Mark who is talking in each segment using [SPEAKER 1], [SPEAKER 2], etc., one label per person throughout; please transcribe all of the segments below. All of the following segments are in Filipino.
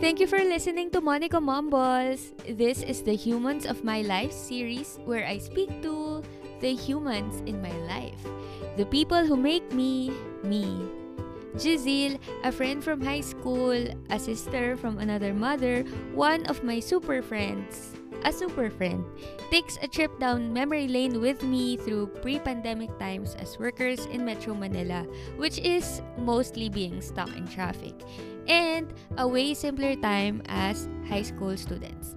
[SPEAKER 1] Thank you for listening to Monica Mumbles. This is the Humans of My Life series where I speak to the humans in my life, the people who make me me. Jizil, a friend from high school, a sister from another mother, one of my super friends, a super friend, takes a trip down memory lane with me through pre pandemic times as workers in Metro Manila, which is mostly being stuck in traffic, and a way simpler time as high school students.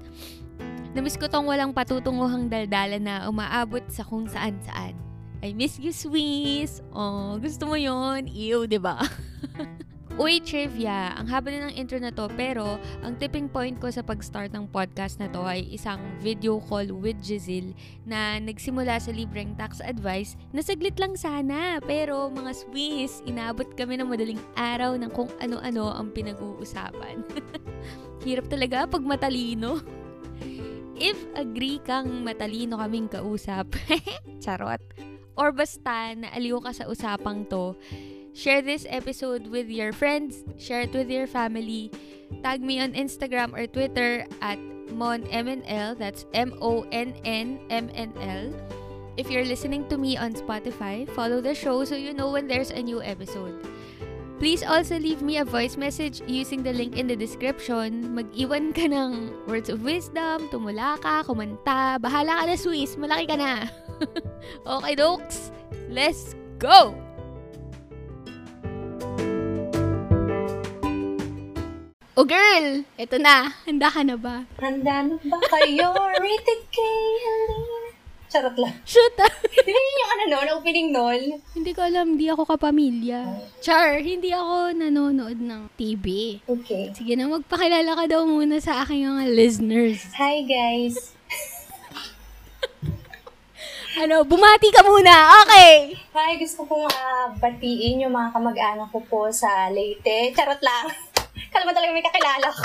[SPEAKER 1] Namiss ko tong walang patutunguhang daldala na umaabot sa kung saan-saan. I miss you, Swiss! Oh, gusto mo yon Ew, di ba? Uy, trivia! Ang haba na ng intro na to, pero ang tipping point ko sa pag-start ng podcast na to ay isang video call with Giselle na nagsimula sa libreng tax advice na saglit lang sana. Pero mga Swiss, inaabot kami ng madaling araw ng kung ano-ano ang pinag-uusapan. Hirap talaga pag matalino. If agree kang matalino kaming kausap, charot, or basta naaliw ka sa usapang to, share this episode with your friends, share it with your family, tag me on Instagram or Twitter at monmnl, that's M-O-N-N-M-N-L. If you're listening to me on Spotify, follow the show so you know when there's a new episode. Please also leave me a voice message using the link in the description. Mag-iwan ka ng words of wisdom, tumula ka, kumanta, bahala ka na Swiss, malaki ka na. okay, dokes, let's go! Oh girl, eto na. Handa ka na ba?
[SPEAKER 2] Handa na ba kayo? Rated K, Halina. Charot lang.
[SPEAKER 1] Shoot!
[SPEAKER 2] Hindi yun yung ano noon, opening noon.
[SPEAKER 1] hindi ko alam, hindi ako kapamilya. Char, hindi ako nanonood ng TV.
[SPEAKER 2] Okay.
[SPEAKER 1] Sige na, magpakilala ka daw muna sa aking mga listeners.
[SPEAKER 2] Hi guys.
[SPEAKER 1] Ano, bumati ka muna! Okay!
[SPEAKER 2] Hi, gusto kong ah, batiin yung mga kamag-anak ko po sa Leyte. Charot lang. Kala mo talaga may kakilala ko.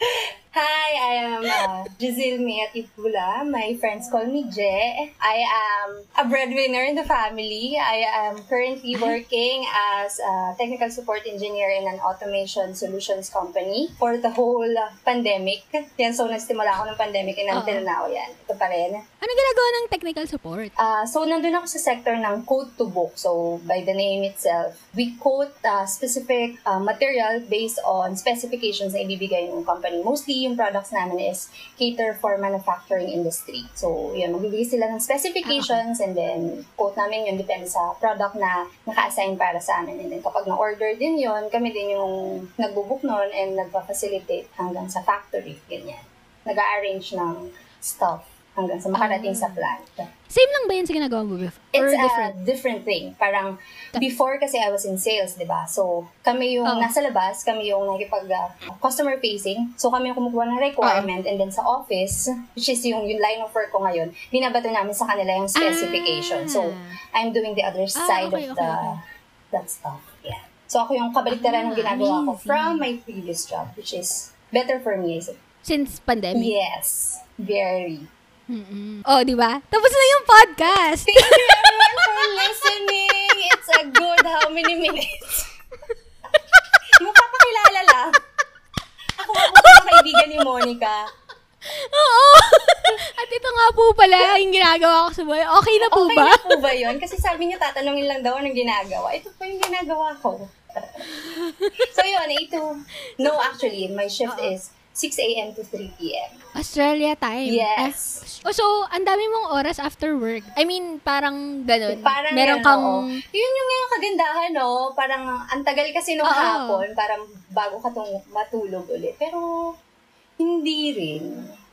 [SPEAKER 2] Hi, I am uh, Giselle May Atibula. My friends call me Je. I am a breadwinner in the family. I am currently working as a technical support engineer in an automation solutions company for the whole uh, pandemic. Yan, so nagsimula ako ng pandemic and until now, yan. Ito pa rin.
[SPEAKER 1] Ano ginagawa ng technical support?
[SPEAKER 2] Ah, so, nandun ako sa sector ng code to book. So, by the name itself, we quote ah, specific ah, material based on specifications na ibibigay ng company. Mostly, yung products namin is cater for manufacturing industry. So, yun, magbibigay sila ng specifications and then quote namin yun depende sa product na naka-assign para sa amin. And then, kapag na-order din yun, kami din yung nagbo-book nun and nagpa-facilitate hanggang sa factory. Ganyan. Nag-arrange ng stuff hanggang sa makarating sa plant.
[SPEAKER 1] Same lang ba yan sa ginagawa mo before? Or
[SPEAKER 2] It's uh,
[SPEAKER 1] different?
[SPEAKER 2] a different thing. Parang before kasi I was in sales, 'di ba? So, kami yung
[SPEAKER 1] Oh.
[SPEAKER 2] nasa labas, kami yung nakikipag ah, customer facing. So, kami yung kumukuha ng
[SPEAKER 1] Oh.
[SPEAKER 2] requirement and then sa office, which is yung, yung line of work ko ngayon, binabato namin sa kanila yung
[SPEAKER 1] Ah.
[SPEAKER 2] specification. So, I'm doing the other side
[SPEAKER 1] okay, okay,
[SPEAKER 2] of the
[SPEAKER 1] okay.
[SPEAKER 2] that stuff. Yeah. So, ako yung kabaliktaran
[SPEAKER 1] Ah,
[SPEAKER 2] ng ginagawa ko
[SPEAKER 1] amazing.
[SPEAKER 2] from my previous job, which is better for me. So,
[SPEAKER 1] Since pandemic?
[SPEAKER 2] yes. Very.
[SPEAKER 1] Mm-mm. Oh, di ba? Tapos na yung podcast!
[SPEAKER 2] Thank you everyone for listening. It's a good how many minutes? Mapapakilala lang. Ako ako ang kaibigan ni Monica.
[SPEAKER 1] Oo! At ito nga po pala yung ginagawa ko sa buhay. Okay na po
[SPEAKER 2] Okay
[SPEAKER 1] ba?
[SPEAKER 2] na po Oh, ba yun? Kasi sabi niya tatanungin lang daw anong ginagawa. Ito po yung ginagawa ko. so yun, ito. No, actually, my shift is 6 a.m. to 3 p.m.
[SPEAKER 3] Australia time.
[SPEAKER 2] Yes.
[SPEAKER 3] Ah, oh, so, ang dami mong oras after work. I mean, parang ganun.
[SPEAKER 2] Parang ano, oh.
[SPEAKER 3] Meron
[SPEAKER 2] yan,
[SPEAKER 3] kang...
[SPEAKER 2] oo. Yun yung ngayong kagandahan, no? Parang ang tagal kasi nung
[SPEAKER 3] Oo.
[SPEAKER 2] hapon, parang bago ka tung matulog ulit. Pero, hindi rin.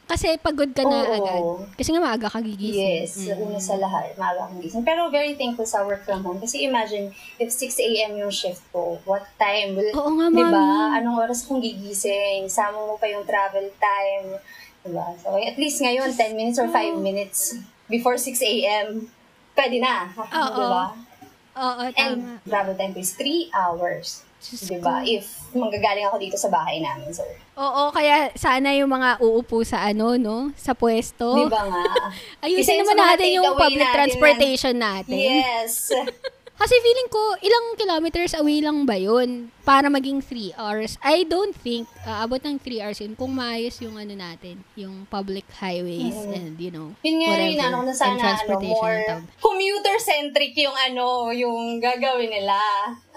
[SPEAKER 3] Kasi pagod ka na
[SPEAKER 2] Oo.
[SPEAKER 3] agad. Kasi nga maaga ka gigising.
[SPEAKER 2] Yes,
[SPEAKER 1] Mm.
[SPEAKER 2] una sa lahat, maaga akong gising. Pero very thankful sa work from home. Kasi imagine, if 6 a.m. yung shift ko, what time will...
[SPEAKER 3] Oo nga,
[SPEAKER 2] Di ba?
[SPEAKER 3] mami.
[SPEAKER 2] Anong oras kong gigising? Sama mo pa yung travel time. Di ba? So, at least ngayon, 10 minutes or 5 minutes before 6 a.m. Pwede na.
[SPEAKER 3] Oo.
[SPEAKER 2] Di ba?
[SPEAKER 3] Oo, tama.
[SPEAKER 2] And travel time ko is 3 hours.
[SPEAKER 3] Diyos
[SPEAKER 2] Di ba? If manggagaling ako dito sa bahay namin, sir.
[SPEAKER 3] Oo, kaya sana yung mga uupo sa ano, no? Sa
[SPEAKER 1] Oh.
[SPEAKER 3] pwesto.
[SPEAKER 2] Di ba nga?
[SPEAKER 3] Ayusin
[SPEAKER 2] Diba? Isa yun
[SPEAKER 3] naman
[SPEAKER 2] sa mga
[SPEAKER 3] natin yung
[SPEAKER 2] takeaway
[SPEAKER 3] public
[SPEAKER 2] natin
[SPEAKER 3] transportation natin.
[SPEAKER 2] Yes.
[SPEAKER 1] Kasi feeling ko, ilang kilometers away lang ba yun para maging 3 hours? I don't think aabot ng 3 hours yun kung maayos yung ano natin, yung public highways
[SPEAKER 2] Mm.
[SPEAKER 1] and you know,
[SPEAKER 2] Yun nga
[SPEAKER 1] whatever.
[SPEAKER 2] rin, ano, kung na
[SPEAKER 1] and
[SPEAKER 2] sana, ano,
[SPEAKER 1] transportation
[SPEAKER 2] more
[SPEAKER 1] and tab.
[SPEAKER 2] commuter-centric yung, ano, yung gagawin nila.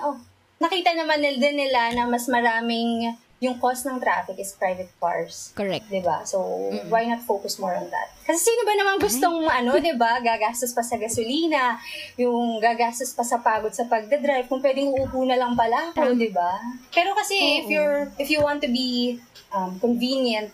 [SPEAKER 2] Oh, nakita naman nil- din nila na mas maraming yung cause ng traffic is private cars.
[SPEAKER 1] Correct.
[SPEAKER 2] 'di ba? Diba? So, why not focus more on that? Kasi sino ba naman gustong ano, 'di ba? Gagastos pa sa gasolina, yung gagastos pa sa pagod sa pagdadrive kung pwedeng uupo na lang pala ako, 'di ba? Pero kasi if you're if you want to be um, convenient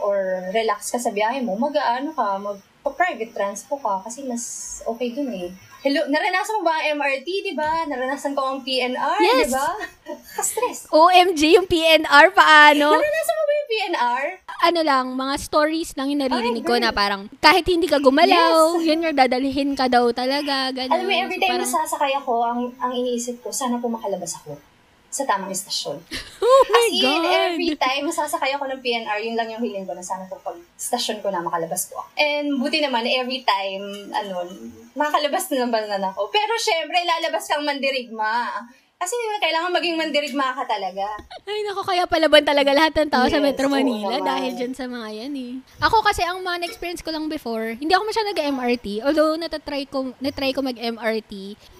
[SPEAKER 2] or relax ka sa biyahe mo, mag-aano ka, mag private transpo ka kasi mas okay dun eh. Hello, naranasan mo ba ang MRT, 'di ba? diba? Naranasan ko ang PNR, 'di
[SPEAKER 1] Yes.
[SPEAKER 2] ba? diba? Stress.
[SPEAKER 1] OMG, yung PNR paano?
[SPEAKER 2] Naranasan mo ba yung PNR?
[SPEAKER 1] ano lang, mga stories lang yung naririnig
[SPEAKER 2] Ay,
[SPEAKER 1] ko
[SPEAKER 2] girl.
[SPEAKER 1] na parang kahit hindi ka gumalaw, yun yung dadalhin ka daw talaga, ganun.
[SPEAKER 2] Alam mo, every
[SPEAKER 1] So,
[SPEAKER 2] time
[SPEAKER 1] parang-
[SPEAKER 2] nasasakay ako, ang, ang iniisip ko, sana po makalabas ako sa tamang estasyon.
[SPEAKER 1] Oh my
[SPEAKER 2] As in,
[SPEAKER 1] God!
[SPEAKER 2] every time masasakay ako ng PNR, yun lang yung hiling ko na sana po pag stasyon ko na makalabas po ako. And buti naman, every time, ano, makakalabas na naman na ako. Pero syempre, lalabas kang mandirigma. Kasi hindi mo kailangan maging mandirigma ka talaga.
[SPEAKER 1] Ay, nako, kaya palaban talaga lahat ng tao sa
[SPEAKER 2] Yes,
[SPEAKER 1] Metro
[SPEAKER 2] oo
[SPEAKER 1] Manila
[SPEAKER 2] naman.
[SPEAKER 1] dahil dyan sa mga yan eh. Ako kasi ang mga experience ko lang before, hindi ako masyadong nag-MRT. Although, natatry ko, natry ko mag-MRT.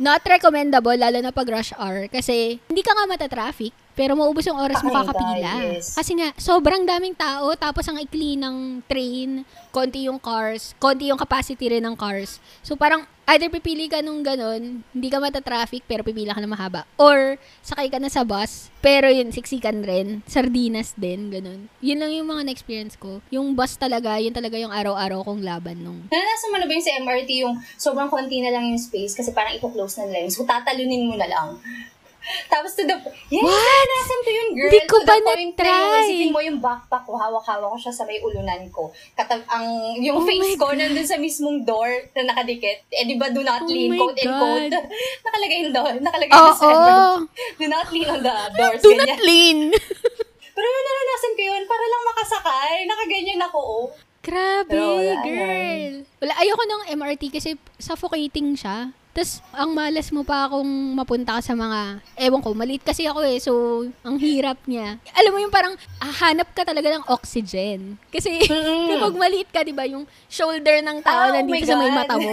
[SPEAKER 1] Not recommendable, lalo na pag rush hour. Kasi, hindi ka nga matatraffic, pero maubos yung oras mo
[SPEAKER 2] Ay,
[SPEAKER 1] kakapila.
[SPEAKER 2] God, yes.
[SPEAKER 1] Kasi nga, sobrang daming tao, tapos ang ikli ng train, konti yung cars, konti yung capacity rin ng cars. So parang, either pipili ka nung ganun, hindi ka matatraffic, pero pipila ka na mahaba. Or, sakay ka na sa bus, pero yun, siksikan rin, sardinas din, ganun. Yun lang yung mga na-experience ko. Yung bus talaga, yun talaga yung araw-araw kong laban nung
[SPEAKER 2] Naranasan mo na ba yung sa MRT yung sobrang konti na lang yung space kasi parang ipo-close na nila yun. So, tatalunin mo na lang. Tapos to the... Yes, naranasan ko yun, girl.
[SPEAKER 1] Hindi ko
[SPEAKER 2] to the
[SPEAKER 1] ba
[SPEAKER 2] point na yung
[SPEAKER 1] na-try?
[SPEAKER 2] isipin mo yung backpack ko, hawak-hawak ko siya sa may ulunan ko. Katab ang,
[SPEAKER 1] Oh
[SPEAKER 2] yung
[SPEAKER 1] my
[SPEAKER 2] face ko nandun sa mismong door na nakadikit. Eh, di ba, do
[SPEAKER 1] Oh
[SPEAKER 2] not lean,
[SPEAKER 1] my
[SPEAKER 2] coat and coat.
[SPEAKER 1] God.
[SPEAKER 2] Nakalagay yung door. Nakalagay
[SPEAKER 1] Oo!
[SPEAKER 2] na sa MRT. Do not lean on the doors.
[SPEAKER 1] Do
[SPEAKER 2] ganyan.
[SPEAKER 1] not lean!
[SPEAKER 2] Pero naranasan ko yun para lang makasakay. Nakaganyan ako, oh.
[SPEAKER 1] Grabe,
[SPEAKER 2] Pero wala
[SPEAKER 1] girl. Wala, ayoko ng MRT kasi suffocating siya. Tapos, ang malas mo pa akong mapunta ka sa mga, ewan ko, maliit kasi ako eh, so, ang hirap niya. Alam mo yung parang, ah, hanap ka talaga ng oxygen. Kasi,
[SPEAKER 2] Mm-mm.
[SPEAKER 1] kapag maliit ka, di ba, yung shoulder ng tao
[SPEAKER 2] Ah, oh my
[SPEAKER 1] nandito sa may
[SPEAKER 2] God.
[SPEAKER 1] mata mo.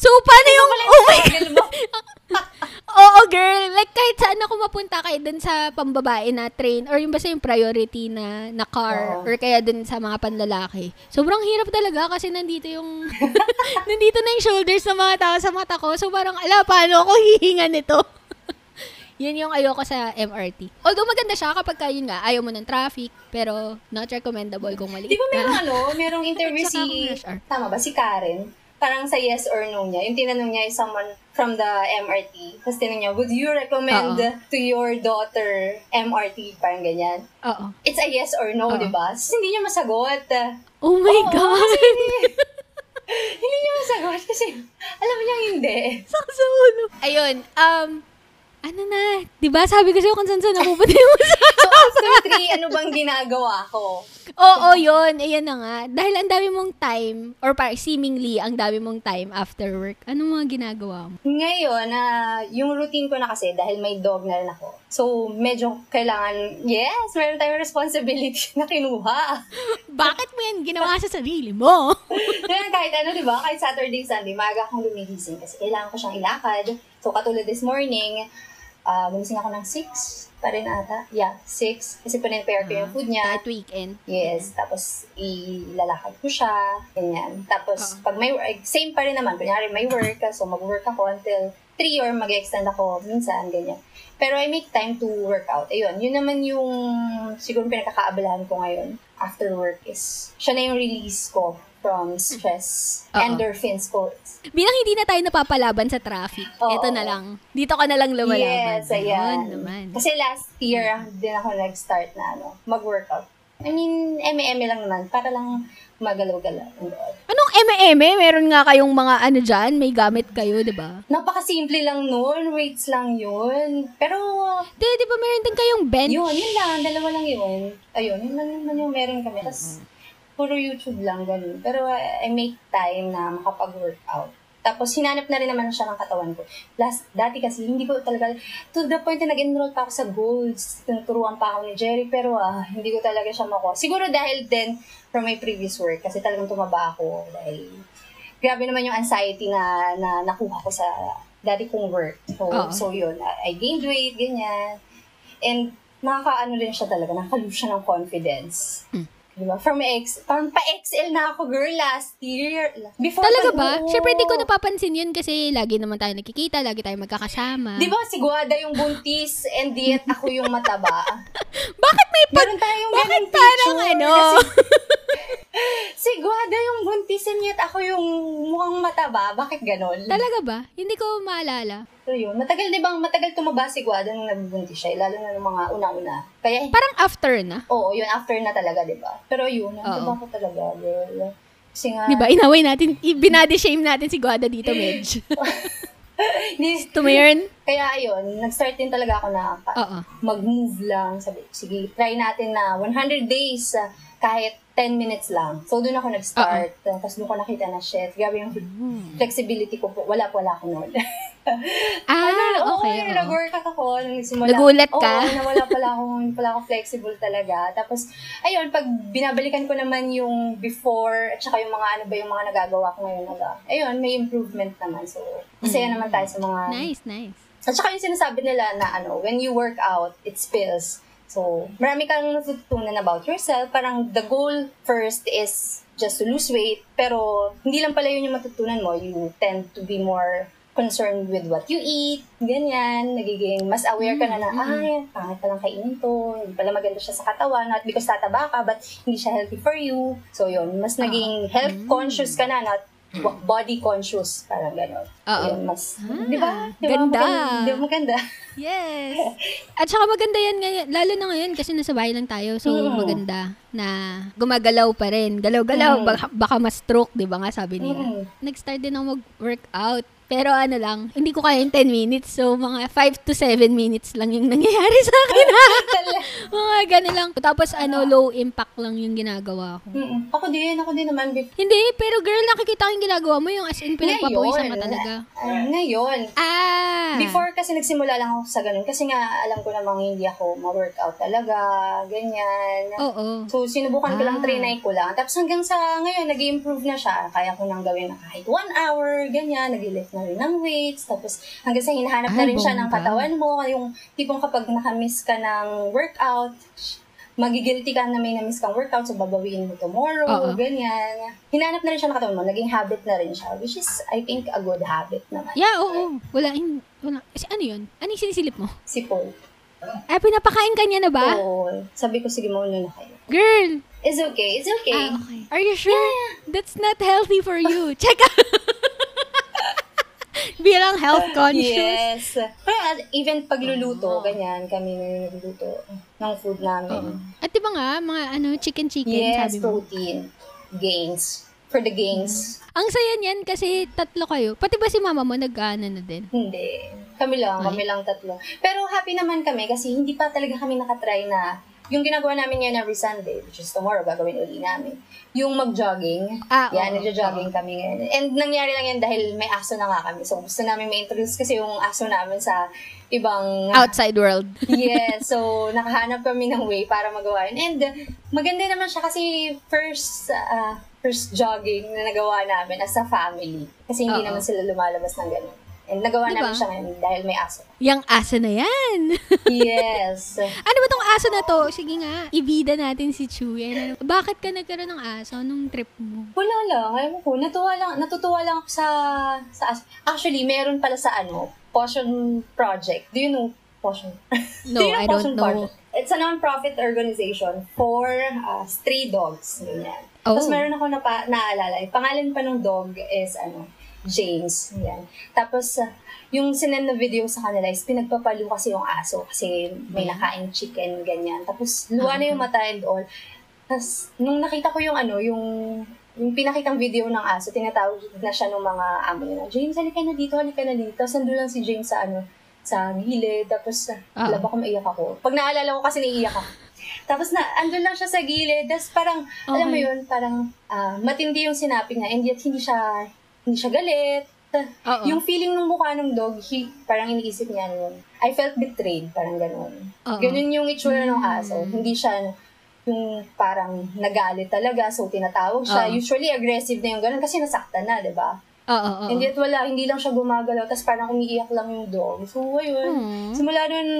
[SPEAKER 1] So, paano yung, oh my God!
[SPEAKER 2] Alam mo?
[SPEAKER 1] Oo, girl. Like, kahit saan ako mapunta, kahit dun sa pambabae na train, or yung basta yung priority na, na car,
[SPEAKER 2] Oo.
[SPEAKER 1] or kaya dun sa mga panlalaki. Sobrang hirap talaga kasi nandito yung, nandito na yung shoulders ng mga tao sa mata ko. So, parang, ala, paano ako hihinga nito? yun yung ayoko sa MRT. Although maganda siya kapag ka, yun nga, ayaw mo ng traffic, pero not recommendable kung maliit
[SPEAKER 2] Di ba merong
[SPEAKER 1] ka.
[SPEAKER 2] ano, merong interview
[SPEAKER 1] Tsaka ako
[SPEAKER 2] si,
[SPEAKER 1] rush hour.
[SPEAKER 2] tama ba, si Karen? Parang sa yes or no niya. Yung tinanong niya is someone from the MRT. Tapos tinanong niya, would you recommend
[SPEAKER 1] Oo.
[SPEAKER 2] to your daughter MRT? Parang ganyan.
[SPEAKER 1] Oo.
[SPEAKER 2] It's a yes or no,
[SPEAKER 1] Oo.
[SPEAKER 2] di ba? Tapos hindi niya masagot.
[SPEAKER 1] Oh my
[SPEAKER 2] Oo,
[SPEAKER 1] God!
[SPEAKER 2] kasi hindi- hindi niya masagot kasi alam niya hindi.
[SPEAKER 1] Saksak sa ulo. Ayun, um, ano na, di ba sabi ko sa'yo kung saan saan napupunta yung usapan.
[SPEAKER 2] So after three, ano bang ginagawa ko?
[SPEAKER 1] Oo, yun, ayun na nga. Dahil ang dami mong time, or parang seemingly, ang dami mong time after work, anong mga ginagawa mo?
[SPEAKER 2] Ngayon, na yung routine ko na kasi dahil may dog na rin ako. So, medyo kailangan, yes, meron tayong responsibility na kinuha.
[SPEAKER 1] Bakit mo yan ginawa sa sarili mo?
[SPEAKER 2] Kaya kahit ano, di ba? Kahit Saturday, Sunday, maaga akong gumigising kasi kailangan ko siyang ilakad. So, katulad this morning, uh, gumising ako ng 6 pa rin ata. Yeah, 6. Kasi pinipare ko yung food niya.
[SPEAKER 1] Kahit weekend.
[SPEAKER 2] Yes, tapos ilalakad ko siya, ganyan. Tapos
[SPEAKER 1] Ah.
[SPEAKER 2] pag may work, same pa rin naman, kunyari may work, so mag-work ako until 3 or mag-extend ako minsan, ganyan. Pero I make time to work out. Ayun, yun naman yung siguro pinakakaabalahan ko ngayon after work is, siya na yung release ko from stress,
[SPEAKER 1] Mm. Oo.
[SPEAKER 2] endorphins ko.
[SPEAKER 1] Bilang hindi na tayo napapalaban sa traffic,
[SPEAKER 2] Oo.
[SPEAKER 1] eto na lang. Dito ka na lang lumalaban.
[SPEAKER 2] Yes, ayan.
[SPEAKER 1] Yun naman. Mm.
[SPEAKER 2] Kasi last year din ako nag-start na ano, mag-workout. I mean, eme-eme lang naman, para lang magalaw-galaw. and all.
[SPEAKER 1] Anong M&M? Meron nga kayong mga ano dyan, may gamit kayo, di ba?
[SPEAKER 2] Napakasimple lang nun. Weights lang yun. Pero,
[SPEAKER 1] Di, di ba meron din kayong bench?
[SPEAKER 2] yun, yun lang. Dalawa lang yun. Ayun, yun lang naman yung meron kami. Tapos, puro YouTube lang, ganun. Pero, uh, I make time na makapag-workout. Tapos hinanap na rin naman siya ng katawan ko. Last, dati kasi hindi ko talaga, to the point na nag-enroll pa ako sa Golds, tinuturuan pa ako ni Jerry, pero ah, hindi ko talaga siya makuha. Siguro dahil din from my previous work, kasi talagang tumaba ako dahil grabe naman yung anxiety na, na nakuha ko sa dati kong work. So,
[SPEAKER 4] Oo.
[SPEAKER 2] so yun, I I gained weight, ganyan. And nakakaano rin siya talaga, nakalose siya ng confidence.
[SPEAKER 1] Hmm.
[SPEAKER 2] Di ba? From ex, parang pa-XL na ako, girl, last year. Before
[SPEAKER 1] Talaga
[SPEAKER 2] pa-
[SPEAKER 1] ba?
[SPEAKER 2] Oo.
[SPEAKER 1] Siyempre, hindi ko napapansin yun kasi lagi naman tayo nakikita, lagi tayo magkakasama.
[SPEAKER 2] Di ba Diba, si Guada yung buntis and yet ako yung mataba?
[SPEAKER 1] Bakit may pag...
[SPEAKER 2] Meron tayong
[SPEAKER 1] Bakit
[SPEAKER 2] ganung
[SPEAKER 1] parang
[SPEAKER 2] picture
[SPEAKER 1] ano?
[SPEAKER 2] na Si, si Guada yung buntis and yet ako yung mukhang mataba. Bakit ganon?
[SPEAKER 1] Talaga ba? Hindi ko maalala.
[SPEAKER 2] So yun, matagal di ba, matagal tumaba si Guada nung nagbubuntis siya, lalo na nung mga una-una. Kaya,
[SPEAKER 1] Parang after na.
[SPEAKER 2] oo, yun after na talaga, di ba? Pero yun,
[SPEAKER 1] Oo.
[SPEAKER 2] ano ba ko talaga, girl? Kasi nga,
[SPEAKER 1] Di ba? Inaway natin, i- binody shame natin si Guada dito, Medj.
[SPEAKER 2] hindi-
[SPEAKER 1] Tumayon?
[SPEAKER 2] Kaya ayun, nag-start din talaga ako na ka-
[SPEAKER 1] Oo.
[SPEAKER 2] mag-move lang. Sabi, sige, try natin na 100 days, ah, kahit 10 minutes lang. So, doon ako nag-start. Tapos doon ko nakita na, shit, grabe yung
[SPEAKER 1] Hmm.
[SPEAKER 2] flexibility ko po. Wala po, wala ko noon.
[SPEAKER 1] Ah,
[SPEAKER 2] Ano, Oo,
[SPEAKER 1] okay.
[SPEAKER 2] yun,
[SPEAKER 1] oo.
[SPEAKER 2] nag-workout ako. Nung nagsimula.
[SPEAKER 1] Nagulat ka?
[SPEAKER 2] Oo, na wala pala akong, hindi pala ako flexible talaga. Tapos, ayun, pag binabalikan ko naman yung before, at saka yung mga ano ba yung mga nagagawa ko ngayon. Naga, ayun, may improvement naman. So, masaya naman tayo sa mga
[SPEAKER 1] Mm. Nice, nice.
[SPEAKER 2] at saka yung sinasabi nila na ano, when you work out, it spills. So, marami kang natututunan about yourself. Parang the goal first is just to lose weight. Pero hindi lang pala yun yung matutunan mo. You tend to be more concerned with what you eat, ganyan, nagiging mas aware ka na na, ay, pangit palang kainin to, hindi pala maganda siya sa katawan, not because tataba ka, but hindi siya healthy for you. So, yun, mas naging health conscious ka na, not body conscious, parang gano'n.
[SPEAKER 1] Oo.
[SPEAKER 2] Yun, mas, di ba?
[SPEAKER 1] ganda.
[SPEAKER 2] Di ba? Diba? Maganda, di ba maganda?
[SPEAKER 1] Yes. At saka maganda yan ngayon, lalo na ngayon kasi nasa bahay lang tayo. So
[SPEAKER 2] Mm.
[SPEAKER 1] maganda na gumagalaw pa rin. Galaw-galaw,
[SPEAKER 2] Mm.
[SPEAKER 1] baka, baka ma-stroke, 'di ba nga sabi nila.
[SPEAKER 2] Mm.
[SPEAKER 1] Nag-start din ako mag-workout. Pero ano lang, hindi ko kaya yung 10 minutes. So, mga 5 to 7 minutes lang yung nangyayari sa akin.
[SPEAKER 2] Tala-
[SPEAKER 1] mga ganun lang. Tapos ano, low impact lang yung ginagawa ko.
[SPEAKER 2] Mm-mm. Ako din, ako din naman. bef-
[SPEAKER 1] Hindi, pero girl, nakikita ko yung ginagawa mo. Yung as in, pinagpapawisan ka
[SPEAKER 2] Ngayon.
[SPEAKER 1] talaga.
[SPEAKER 2] Ah, ngayon.
[SPEAKER 1] Ah!
[SPEAKER 2] Before kasi nagsimula lang ako sa ganun. Kasi nga, alam ko namang hindi ako ma-workout talaga, ganyan.
[SPEAKER 1] Oo.
[SPEAKER 2] So, sinubukan ko lang,
[SPEAKER 1] Ah.
[SPEAKER 2] trinay ko lang. Tapos hanggang sa ngayon, nag improve na siya. Kaya ko nang gawin na kahit one hour, ganyan. Nag-lift na rin ng weights. Tapos hanggang sa hinahanap na
[SPEAKER 1] Ay,
[SPEAKER 2] rin siya ng
[SPEAKER 1] bongga.
[SPEAKER 2] katawan mo. Yung tipong kapag nakamiss ka ng workout, magigilty ka na may namiss kang workout, so babawiin mo tomorrow,
[SPEAKER 1] Oo.
[SPEAKER 2] ganyan. Hinanap na rin siya ng katawan mo. Naging habit na rin siya, which is, I think, a good habit naman.
[SPEAKER 1] Yeah, oo. Wala, in, wala. Kasi ano yun? Ano yung sinisilip mo?
[SPEAKER 2] Si Paul.
[SPEAKER 1] Ay, Ah, pinapakain ka niya na ba?
[SPEAKER 2] Paul. Sabi ko, sige, mauna na kayo.
[SPEAKER 1] Girl!
[SPEAKER 2] It's okay, it's okay.
[SPEAKER 1] Ah, okay. Are you sure? That's not healthy for you. Check out! Bilang health conscious.
[SPEAKER 2] Yes. Kaya even pagluluto, ganyan, kami na nagluluto ng food
[SPEAKER 1] Oh. Oo.
[SPEAKER 2] namin.
[SPEAKER 1] At diba nga, mga ano, chicken-chicken,
[SPEAKER 2] Yes,
[SPEAKER 1] sabi mo.
[SPEAKER 2] protein. Gains. For the gains.
[SPEAKER 1] Ang saya niyan kasi tatlo kayo. Pati ba si mama mo nag-ano na din?
[SPEAKER 2] Hindi. Kami lang, kami lang tatlo. Pero happy naman kami kasi hindi pa talaga kami nakatry na yung ginagawa namin ngayon every Sunday, which is tomorrow, gagawin uli namin. Yung mag-jogging.
[SPEAKER 1] Ah, oo.
[SPEAKER 2] yan, nagjo-jogging kami ngayon. And nangyari lang yan dahil may aso na nga kami. So, gusto namin ma-introduce kasi yung aso namin sa ibang
[SPEAKER 1] Outside world.
[SPEAKER 2] yes, so nakahanap kami ng way para magawa yun. And uh, maganda naman siya kasi first uh, first jogging na nagawa namin as a family. Kasi hindi
[SPEAKER 1] Oo.
[SPEAKER 2] naman sila lumalabas ng ganun. And nagawa
[SPEAKER 1] Diba?
[SPEAKER 2] namin siya ngayon dahil may aso.
[SPEAKER 1] Yang aso na yan.
[SPEAKER 2] Yes.
[SPEAKER 1] ano ba tong aso na to? Sige nga, ibida natin si Chuy. Ano- Bakit ka nagkaroon ng aso nung trip mo?
[SPEAKER 2] Wala lang. Alam ko, natuwa lang, natutuwa lang ako sa, sa aso. Actually, meron pala sa ano, Potion Project. Do you know Potion?
[SPEAKER 1] No,
[SPEAKER 2] Do you
[SPEAKER 1] I don't
[SPEAKER 2] Potion
[SPEAKER 1] know.
[SPEAKER 2] Project? It's a non-profit organization for uh, stray dogs. Ganyan.
[SPEAKER 1] Oh.
[SPEAKER 2] Tapos meron ako na pa, naalala. Yung pangalan pa ng dog is ano, James. Yan. Tapos, ah, yung sinend na video sa kanila is pinagpapalo kasi yung aso kasi may nakain chicken, ganyan. Tapos, luwa
[SPEAKER 1] Ah,
[SPEAKER 2] na yung mata and all. Tapos, nung nakita ko yung ano, yung yung pinakitang video ng aso, tinatawag na siya ng mga amo niya. James, halika na dito, halika na dito. Tapos, nandun lang si James sa ano, sa gilid. Tapos,
[SPEAKER 1] Ah.
[SPEAKER 2] alam ko maiyak ako. Pag naalala ko kasi naiiyak ako. Tapos na, andun lang siya sa gilid. Tapos parang, alam mo
[SPEAKER 1] Okay.
[SPEAKER 2] yun, parang ah, matindi yung sinapi niya. And yet, hindi siya, hindi siya galit.
[SPEAKER 1] Oo.
[SPEAKER 2] Yung feeling ng mukha ng dog, he, parang iniisip niya nun, I felt betrayed, parang ganun.
[SPEAKER 1] Oo. Hmm.
[SPEAKER 2] Ganun yung itsura ng aso. Hindi siya yung parang nagalit talaga, so tinatawag siya.
[SPEAKER 1] Oo.
[SPEAKER 2] Usually aggressive na yung ganun kasi nasaktan na, di ba?
[SPEAKER 1] Oo, oo.
[SPEAKER 2] And yet wala, hindi lang siya gumagalaw, tapos parang umiiyak lang yung dog. So, ayun.
[SPEAKER 1] Hmm.
[SPEAKER 2] Simula nun,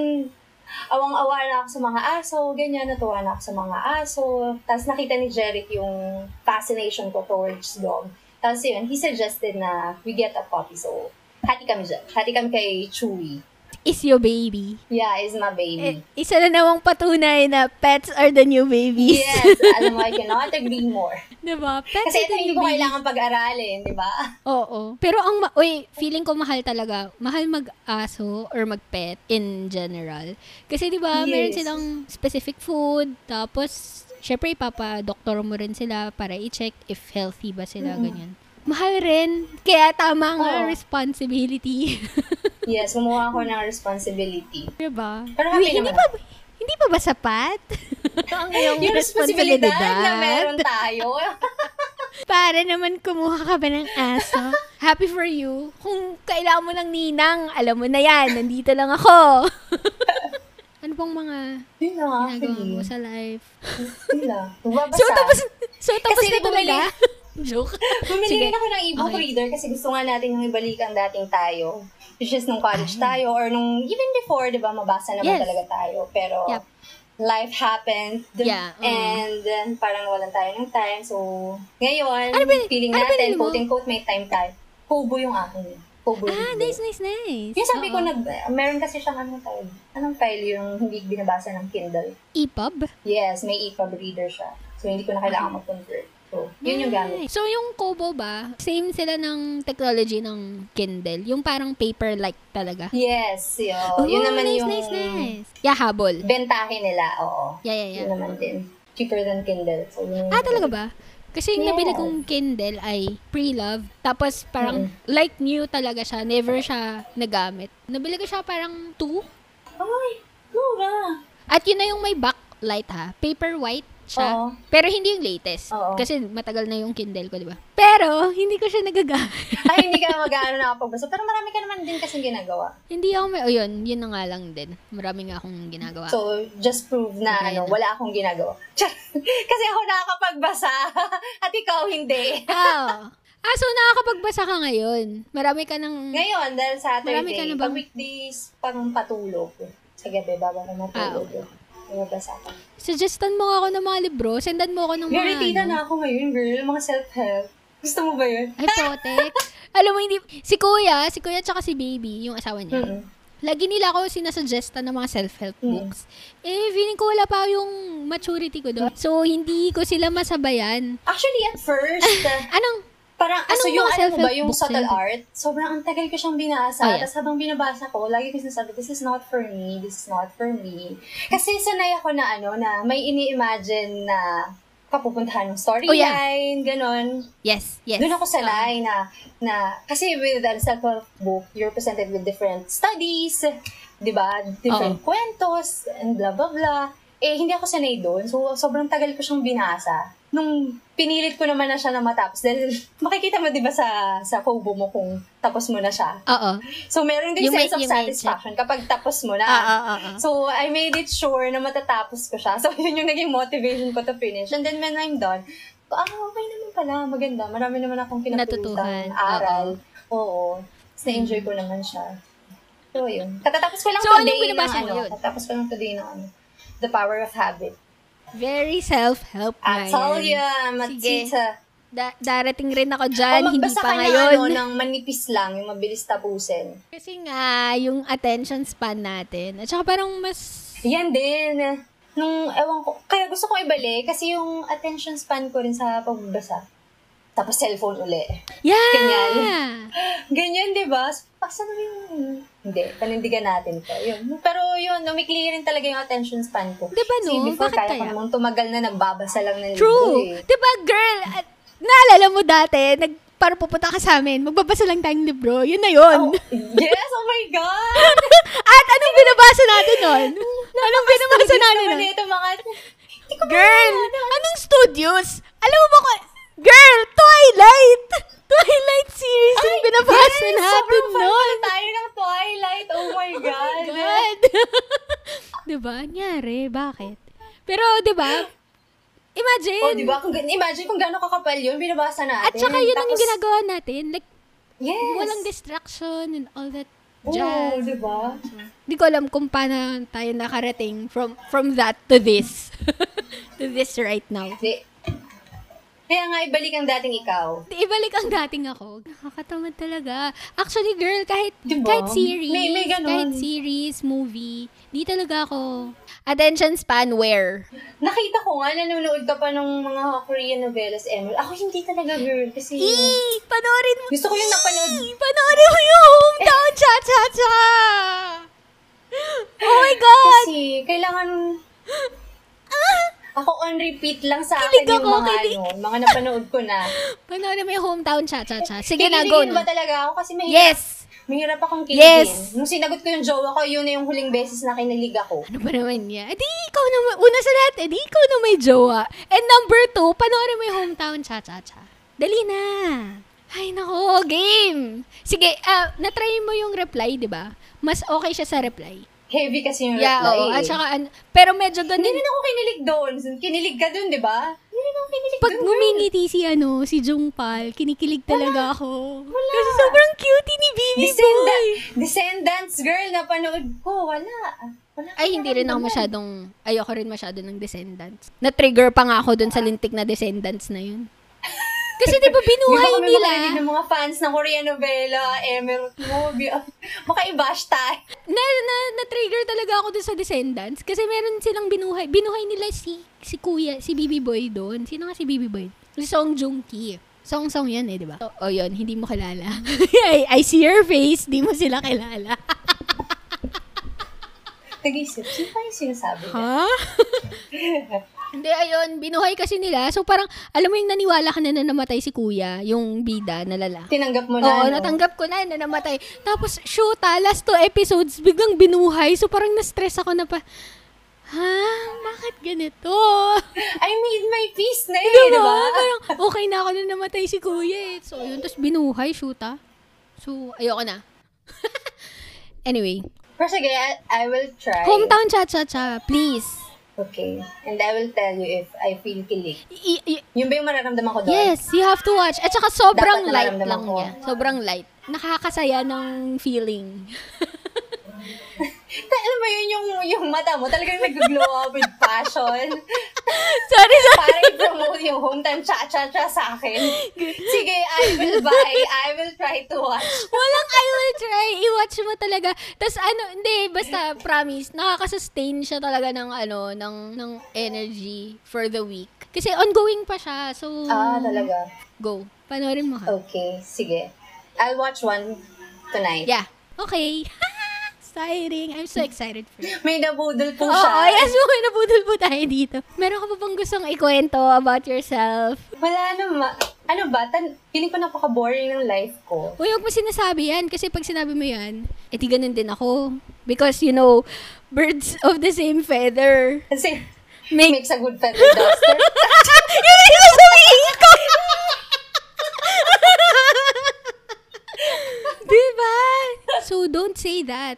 [SPEAKER 2] awang-awa na ako sa mga aso, ganyan, natuwa na ako sa mga aso. Tapos nakita ni Jeric yung fascination ko towards dog. Tapos yun, he suggested na we get a puppy. So, hati kami dyan. Hati kami kay Chewy.
[SPEAKER 1] Is your baby.
[SPEAKER 2] Yeah, is
[SPEAKER 1] Eh,
[SPEAKER 2] my baby.
[SPEAKER 1] isa na namang patunay na pets are the new babies.
[SPEAKER 2] Yes, alam mo, I cannot agree more.
[SPEAKER 4] Diba? Pets
[SPEAKER 2] Kasi
[SPEAKER 4] are
[SPEAKER 2] ito
[SPEAKER 4] the
[SPEAKER 2] hindi
[SPEAKER 4] new
[SPEAKER 2] ko
[SPEAKER 4] babies.
[SPEAKER 2] kailangan pag-aralin, di ba?
[SPEAKER 1] Oo. Pero ang, ma- uy, feeling ko mahal talaga. Mahal mag-aso or mag-pet in general. Kasi di ba meron
[SPEAKER 2] Yes.
[SPEAKER 1] silang specific food, tapos, syempre, ipapadoktor mo rin sila para i-check if healthy ba sila, ganyan. Mahal rin. Kaya tama nga,
[SPEAKER 2] Oo.
[SPEAKER 1] responsibility.
[SPEAKER 2] Yes, gumawa ako ng responsibility.
[SPEAKER 1] diba?
[SPEAKER 2] Pero happy
[SPEAKER 1] Uy, hindi
[SPEAKER 2] naman
[SPEAKER 1] pa, hindi pa ba sapat? ang iyong
[SPEAKER 2] Yung responsibilidad na meron tayo.
[SPEAKER 1] Para naman kumuha ka ba ng aso? Happy for you. Kung kailangan mo ng ninang, alam mo na yan. Nandito lang ako. ano pang mga
[SPEAKER 2] Yun lang
[SPEAKER 1] ginagawa
[SPEAKER 2] actually.
[SPEAKER 1] mo sa life?
[SPEAKER 2] Yun lang. Magbabasa.
[SPEAKER 1] So, tapos, so, tapos
[SPEAKER 2] Kasi
[SPEAKER 1] na talaga?
[SPEAKER 2] bumalik-
[SPEAKER 1] Joke.
[SPEAKER 2] Bumili
[SPEAKER 1] Sige.
[SPEAKER 2] rin ako ng e-book
[SPEAKER 1] Okay.
[SPEAKER 2] reader kasi gusto nga natin yung ibalik ang dating tayo. Which is nung college tayo or nung even before, di ba, mabasa
[SPEAKER 1] Ah.
[SPEAKER 2] naman
[SPEAKER 1] Yes.
[SPEAKER 2] talaga tayo. Pero
[SPEAKER 1] Yep.
[SPEAKER 2] life happened
[SPEAKER 1] Yeah, mm. oo.
[SPEAKER 2] and then parang walang tayo ng time. So, ngayon,
[SPEAKER 1] Ano ba-
[SPEAKER 2] feeling
[SPEAKER 1] ano ba
[SPEAKER 2] natin,
[SPEAKER 1] nilo mo?
[SPEAKER 2] quote-unquote, may time tayo. Kobo yung akin. Kobo yung
[SPEAKER 1] Ah,
[SPEAKER 2] reader.
[SPEAKER 1] nice, nice, nice.
[SPEAKER 2] Yung sabi ko,
[SPEAKER 1] Oo.
[SPEAKER 2] nag, meron kasi siyang anong file. Anong file yung hindi binabasa ng Kindle?
[SPEAKER 1] EPUB?
[SPEAKER 2] Yes, may EPUB reader siya. So, hindi ko na kailangan mag-convert. So, yun yung gamit.
[SPEAKER 1] Nice. So, yung Kobo ba, same sila ng technology ng Kindle. Yung parang paper-like talaga.
[SPEAKER 2] Yes, yun. yun
[SPEAKER 1] Oh,
[SPEAKER 2] naman
[SPEAKER 1] nice,
[SPEAKER 2] yung
[SPEAKER 1] nice, nice. Yeah, habol.
[SPEAKER 2] bentahe nila, oo.
[SPEAKER 1] Yeah, yeah, yeah.
[SPEAKER 2] Yun naman din. Cheaper than Kindle. So, yun.
[SPEAKER 1] Ah, talaga ba? Kasi yung nabili
[SPEAKER 2] Yes.
[SPEAKER 1] kong Kindle ay pre-love. Tapos parang like new talaga siya. Never siya nagamit. Nabili ko siya parang two.
[SPEAKER 2] Ay, mura.
[SPEAKER 1] At yun na yung may backlight ha. Paper white siya.
[SPEAKER 2] Oo.
[SPEAKER 1] Pero hindi yung latest.
[SPEAKER 2] Oo.
[SPEAKER 1] Kasi matagal na yung Kindle ko, di ba? Pero hindi ko siya nagagamit.
[SPEAKER 2] Ay, hindi ka mag-ano nakapagbasa. Pero marami ka naman din kasing ginagawa.
[SPEAKER 1] hindi ako may... O yun, yun na nga lang din. Marami nga akong ginagawa.
[SPEAKER 2] So, just prove na
[SPEAKER 1] Okay na.
[SPEAKER 2] ano, wala akong ginagawa. Char! Kasi ako nakakapagbasa at ikaw hindi.
[SPEAKER 1] Ah, ah, so nakakapagbasa ka ngayon. Marami ka ng...
[SPEAKER 2] Ngayon, dahil
[SPEAKER 1] Mm. Marami ka
[SPEAKER 2] Saturday,
[SPEAKER 1] na
[SPEAKER 2] pag
[SPEAKER 1] bang-
[SPEAKER 2] weekdays, pang patulog. Sa gabi, bago na matulog.
[SPEAKER 1] Ah,
[SPEAKER 2] Nagbasa ako.
[SPEAKER 1] Suggestan mo ako ng mga libro. Sendan mo ako ng mga...
[SPEAKER 2] Irritated
[SPEAKER 1] ano.
[SPEAKER 2] na ako ngayon, girl. Mga self-help. Gusto mo ba yun?
[SPEAKER 1] Ay, potek. Alam mo, hindi, si kuya, si kuya tsaka si baby, yung asawa niya,
[SPEAKER 2] Mm-mm.
[SPEAKER 1] lagi nila ako sinasuggesta ng mga self-help
[SPEAKER 2] Mm.
[SPEAKER 1] books. Eh, feeling ko wala pa yung maturity ko
[SPEAKER 2] Mm.
[SPEAKER 1] doon. So, hindi ko sila masabayan.
[SPEAKER 2] Actually, at first, uh,
[SPEAKER 1] Anong,
[SPEAKER 2] parang,
[SPEAKER 1] Anong
[SPEAKER 2] so
[SPEAKER 1] mga
[SPEAKER 2] yung ano mo ba,
[SPEAKER 1] self-help
[SPEAKER 2] yung
[SPEAKER 1] books
[SPEAKER 2] subtle
[SPEAKER 1] yun?
[SPEAKER 2] art, sobrang ang tagal ko siyang binasa.
[SPEAKER 1] Oh, yeah.
[SPEAKER 2] Tapos habang binabasa ko, lagi ko sinasabi, this is not for me, this is not for me. Kasi sanay ako na ano, na may ini-imagine na kapupuntahan ng storyline,
[SPEAKER 1] Oh, yeah.
[SPEAKER 2] ganon.
[SPEAKER 1] yes, yes. Um,
[SPEAKER 2] Doon ako sanay na, na, kasi with a self-help book, you're presented with different studies, di ba? Different kwentos, and blah, blah, blah. Eh, hindi ako sanay doon. So, sobrang tagal ko siyang binasa. Nung pinilit ko naman na siya na matapos. Dahil makikita mo, di ba, sa, sa kobo mo kung tapos mo na siya.
[SPEAKER 1] Ah, Oo.
[SPEAKER 2] So, meron din
[SPEAKER 1] Yung may-
[SPEAKER 2] sense of
[SPEAKER 1] yung may Ah,
[SPEAKER 2] satisfaction kapag tapos mo na.
[SPEAKER 1] Oo, oo,
[SPEAKER 2] So, I made it sure na matatapos ko siya. So, yun yung naging motivation ko to finish. And then, when I'm done, ah, okay naman pala. Maganda. Marami naman akong
[SPEAKER 1] Natutuhan.
[SPEAKER 2] pinapulitang aral. Oo. Tapos, na-enjoy ko naman siya. So, yun. Katatapos ko lang
[SPEAKER 1] So,
[SPEAKER 2] today
[SPEAKER 1] anong binabasa
[SPEAKER 2] ng
[SPEAKER 1] mo
[SPEAKER 2] ano.
[SPEAKER 1] yun?
[SPEAKER 2] Katatapos ko lang today ng ano. The Power of Habit.
[SPEAKER 1] Very self-help na
[SPEAKER 2] At Talia
[SPEAKER 1] Sige.
[SPEAKER 2] Matita.
[SPEAKER 1] Da- darating rin ako
[SPEAKER 2] O,
[SPEAKER 1] dyan, hindi
[SPEAKER 2] Oh, magbasa
[SPEAKER 1] pa
[SPEAKER 2] ka na
[SPEAKER 1] ngayon.
[SPEAKER 2] ano, ng manipis lang, yung mabilis tapusin.
[SPEAKER 1] Kasi nga, yung attention span natin. At saka parang mas...
[SPEAKER 2] Yan din. Nung, ewan ko, kaya gusto ko ibalik kasi yung attention span ko rin sa pagbabasa. Tapos cellphone uli.
[SPEAKER 1] Yeah!
[SPEAKER 2] Ganyan. Ganyan, di ba? Pasa na yung... Hindi, panindigan natin to. Yun. Pero yun, umikli rin talaga yung attention span ko.
[SPEAKER 1] Di ba, no?
[SPEAKER 2] Kasi before,
[SPEAKER 1] Bakit
[SPEAKER 2] kaya,
[SPEAKER 1] kaya?
[SPEAKER 2] ko namang tumagal na nagbabasa lang ng libro
[SPEAKER 1] True.
[SPEAKER 2] eh.
[SPEAKER 1] Di ba, girl? At, naalala mo dati, nag, para pupunta ka sa amin, magbabasa lang tayong libro. Yun na yun.
[SPEAKER 2] Oh, yes, oh my God!
[SPEAKER 1] At anong binabasa natin nun? anong binabasa
[SPEAKER 2] Studies
[SPEAKER 1] natin
[SPEAKER 2] naman eh.
[SPEAKER 1] nun?
[SPEAKER 2] Ito, mga...
[SPEAKER 1] Girl, anong studios? Alam mo ba ko? Girl, Twilight! Twilight series yung binabasa lesson natin nun.
[SPEAKER 2] tayo ng Twilight. Oh my God.
[SPEAKER 1] God! diba? Nyari, bakit? Pero, diba? Imagine!
[SPEAKER 2] Oh, di ba? Kung, gan- imagine kung gano'ng kakapal yun, binabasa natin.
[SPEAKER 1] At saka yun ang
[SPEAKER 2] Tapos-
[SPEAKER 1] ginagawa natin. Like,
[SPEAKER 2] Yes. Oh.
[SPEAKER 1] walang distraction and all that
[SPEAKER 2] Oo,
[SPEAKER 1] jazz.
[SPEAKER 2] di ba?
[SPEAKER 1] Hindi ko alam kung paano tayo nakarating from from that to this. to this right now.
[SPEAKER 2] Di- Kaya nga, ibalik ang dating ikaw.
[SPEAKER 1] Di, Ibalik ang dating ako. Nakakatamad talaga. Actually, girl, kahit,
[SPEAKER 2] Diba?
[SPEAKER 1] kahit series,
[SPEAKER 2] May- may ganun.
[SPEAKER 1] kahit series, movie, di talaga ako. Attention span, where?
[SPEAKER 2] Nakita ko nga, nanonood ka pa ng mga Korean novelas, Emil. Ako hindi talaga, girl, kasi...
[SPEAKER 1] Eee! Panoorin mo!
[SPEAKER 2] Gusto ko yung napanood. Eh.
[SPEAKER 1] Eee! Panoorin mo yung hometown cha-cha-cha! Oh my God!
[SPEAKER 2] Kasi kailangan... Ako on repeat lang sa
[SPEAKER 1] Kilig
[SPEAKER 2] akin yung
[SPEAKER 1] ako,
[SPEAKER 2] mga
[SPEAKER 1] kilig.
[SPEAKER 2] ano, mga napanood ko na.
[SPEAKER 1] Panoorin mo yung hometown cha-cha-cha. Sige na, go
[SPEAKER 2] Kikiligin ba
[SPEAKER 1] na.
[SPEAKER 2] talaga ako? Kasi mahirap,
[SPEAKER 1] Yes!
[SPEAKER 2] mahirap akong kiligin.
[SPEAKER 1] Yes.
[SPEAKER 2] Nung sinagot ko yung jowa ko, yun na yung huling beses na kinilig ako.
[SPEAKER 1] Ano ba naman niya? Eh di, ikaw na, may- una sa lahat, eh di, ikaw na may jowa. And number two, panoorin mo yung hometown cha-cha-cha. Dali na! Ay, nako, game! Sige, ah, natry mo yung reply, di ba? Mas okay siya sa reply.
[SPEAKER 2] Heavy kasi yung
[SPEAKER 1] Yeah,
[SPEAKER 2] reply.
[SPEAKER 1] oo.
[SPEAKER 2] eh.
[SPEAKER 1] At saka, an- pero medyo
[SPEAKER 2] Hindi
[SPEAKER 1] ganun
[SPEAKER 2] rin ako kinilig doon. Kinilig ka doon, di ba? Hindi rin ako kinilig
[SPEAKER 1] Pag
[SPEAKER 2] doon.
[SPEAKER 1] ngumingiti si ano, si Jungpal, kinikilig talaga ako. Kasi sobrang cutie ni Bibi Boy.
[SPEAKER 2] Descendant, Descendants, girl, napanood ko. Wala. Wala
[SPEAKER 1] Ay,
[SPEAKER 2] akong
[SPEAKER 1] hindi rin ako
[SPEAKER 2] naramdaman.
[SPEAKER 1] masyadong, ayoko rin masyado ng Descendants. Na-trigger pa nga ako dun sa lintik na Descendants na yun. Kasi di ba
[SPEAKER 2] Hindi
[SPEAKER 1] binuhay
[SPEAKER 2] ba kami
[SPEAKER 1] nila,
[SPEAKER 2] makarinig ng mga fans ng Korean novela, Emerald movie. Makaibash tayo.
[SPEAKER 1] na, na, na-trigger talaga ako dun sa Descendants. Kasi meron silang binuhay, binuhay nila si, si Kuya, si Bibi Boy doon. Sino nga si Bibi Boy? Si Song Joong Ki. Song Song yan eh, di ba? O, o yun, hindi mo kilala. I, I see your face, di mo sila kilala.
[SPEAKER 2] Nag-isip, sino pa yung sinasabi niya?
[SPEAKER 1] Ha? Hindi, ayun, binuhay kasi nila. So, parang, alam mo yung naniwala ka na na namatay si kuya, yung bida na lalaki.
[SPEAKER 2] Tinanggap mo na.
[SPEAKER 1] Oo,
[SPEAKER 2] ano?
[SPEAKER 1] natanggap ko na na namatay. Tapos, shoot, ah, last two episodes, biglang binuhay. So, parang na-stress ako na pa, ha? Bakit ganito?
[SPEAKER 2] I made my peace na eh,
[SPEAKER 1] Diba?
[SPEAKER 2] di ba?
[SPEAKER 1] Parang, okay na ako na namatay si kuya eh. So, yun, tapos binuhay, shoot, ah. So, ayoko na. anyway,
[SPEAKER 2] Pero sige, I, I will try.
[SPEAKER 1] hometown cha-cha-cha, please.
[SPEAKER 2] Okay. And I will tell you if I feel kilig.
[SPEAKER 1] I- i-
[SPEAKER 2] Yun ba yung mararamdaman ko doon?
[SPEAKER 1] Yes, you have to watch. At saka sobrang
[SPEAKER 2] Dapat
[SPEAKER 1] light
[SPEAKER 2] nararamdaman
[SPEAKER 1] lang
[SPEAKER 2] ko.
[SPEAKER 1] niya. Sobrang light. Nakakasaya ng feeling.
[SPEAKER 2] Ta- alam mo yun, yung, yung mata mo talagang nag-glow up with passion.
[SPEAKER 1] sorry, sorry.
[SPEAKER 2] Para i-promote yung hometown cha-cha-cha sa akin. Sige, I will buy. I will try to watch.
[SPEAKER 1] Walang I will try. I-watch mo talaga. Tapos ano, hindi, basta promise, nakakasustain siya talaga ng ano, ng, ng energy for the week. Kasi ongoing pa siya. So,
[SPEAKER 2] Ah, talaga.
[SPEAKER 1] go. Panoorin mo ha.
[SPEAKER 2] Okay, sige. I'll watch one tonight.
[SPEAKER 1] Yeah. Okay. Exciting. I'm so excited for you.
[SPEAKER 2] May nabudol po
[SPEAKER 1] Oo,
[SPEAKER 2] siya.
[SPEAKER 1] oh, yes, okay, nabudol po tayo dito. Meron ka pa bang gustong ikwento about yourself?
[SPEAKER 2] Wala naman. Ano ba? Tan feeling ko napaka-boring ng life ko.
[SPEAKER 1] Uy, huwag mo sinasabi yan. Kasi pag sinabi mo yan, edi ganun din ako. Because, you know, birds of the same feather
[SPEAKER 2] Kasi,
[SPEAKER 1] make...
[SPEAKER 2] makes a good feather duster.
[SPEAKER 1] yun ang sasabihin ko! diba? So, don't say that.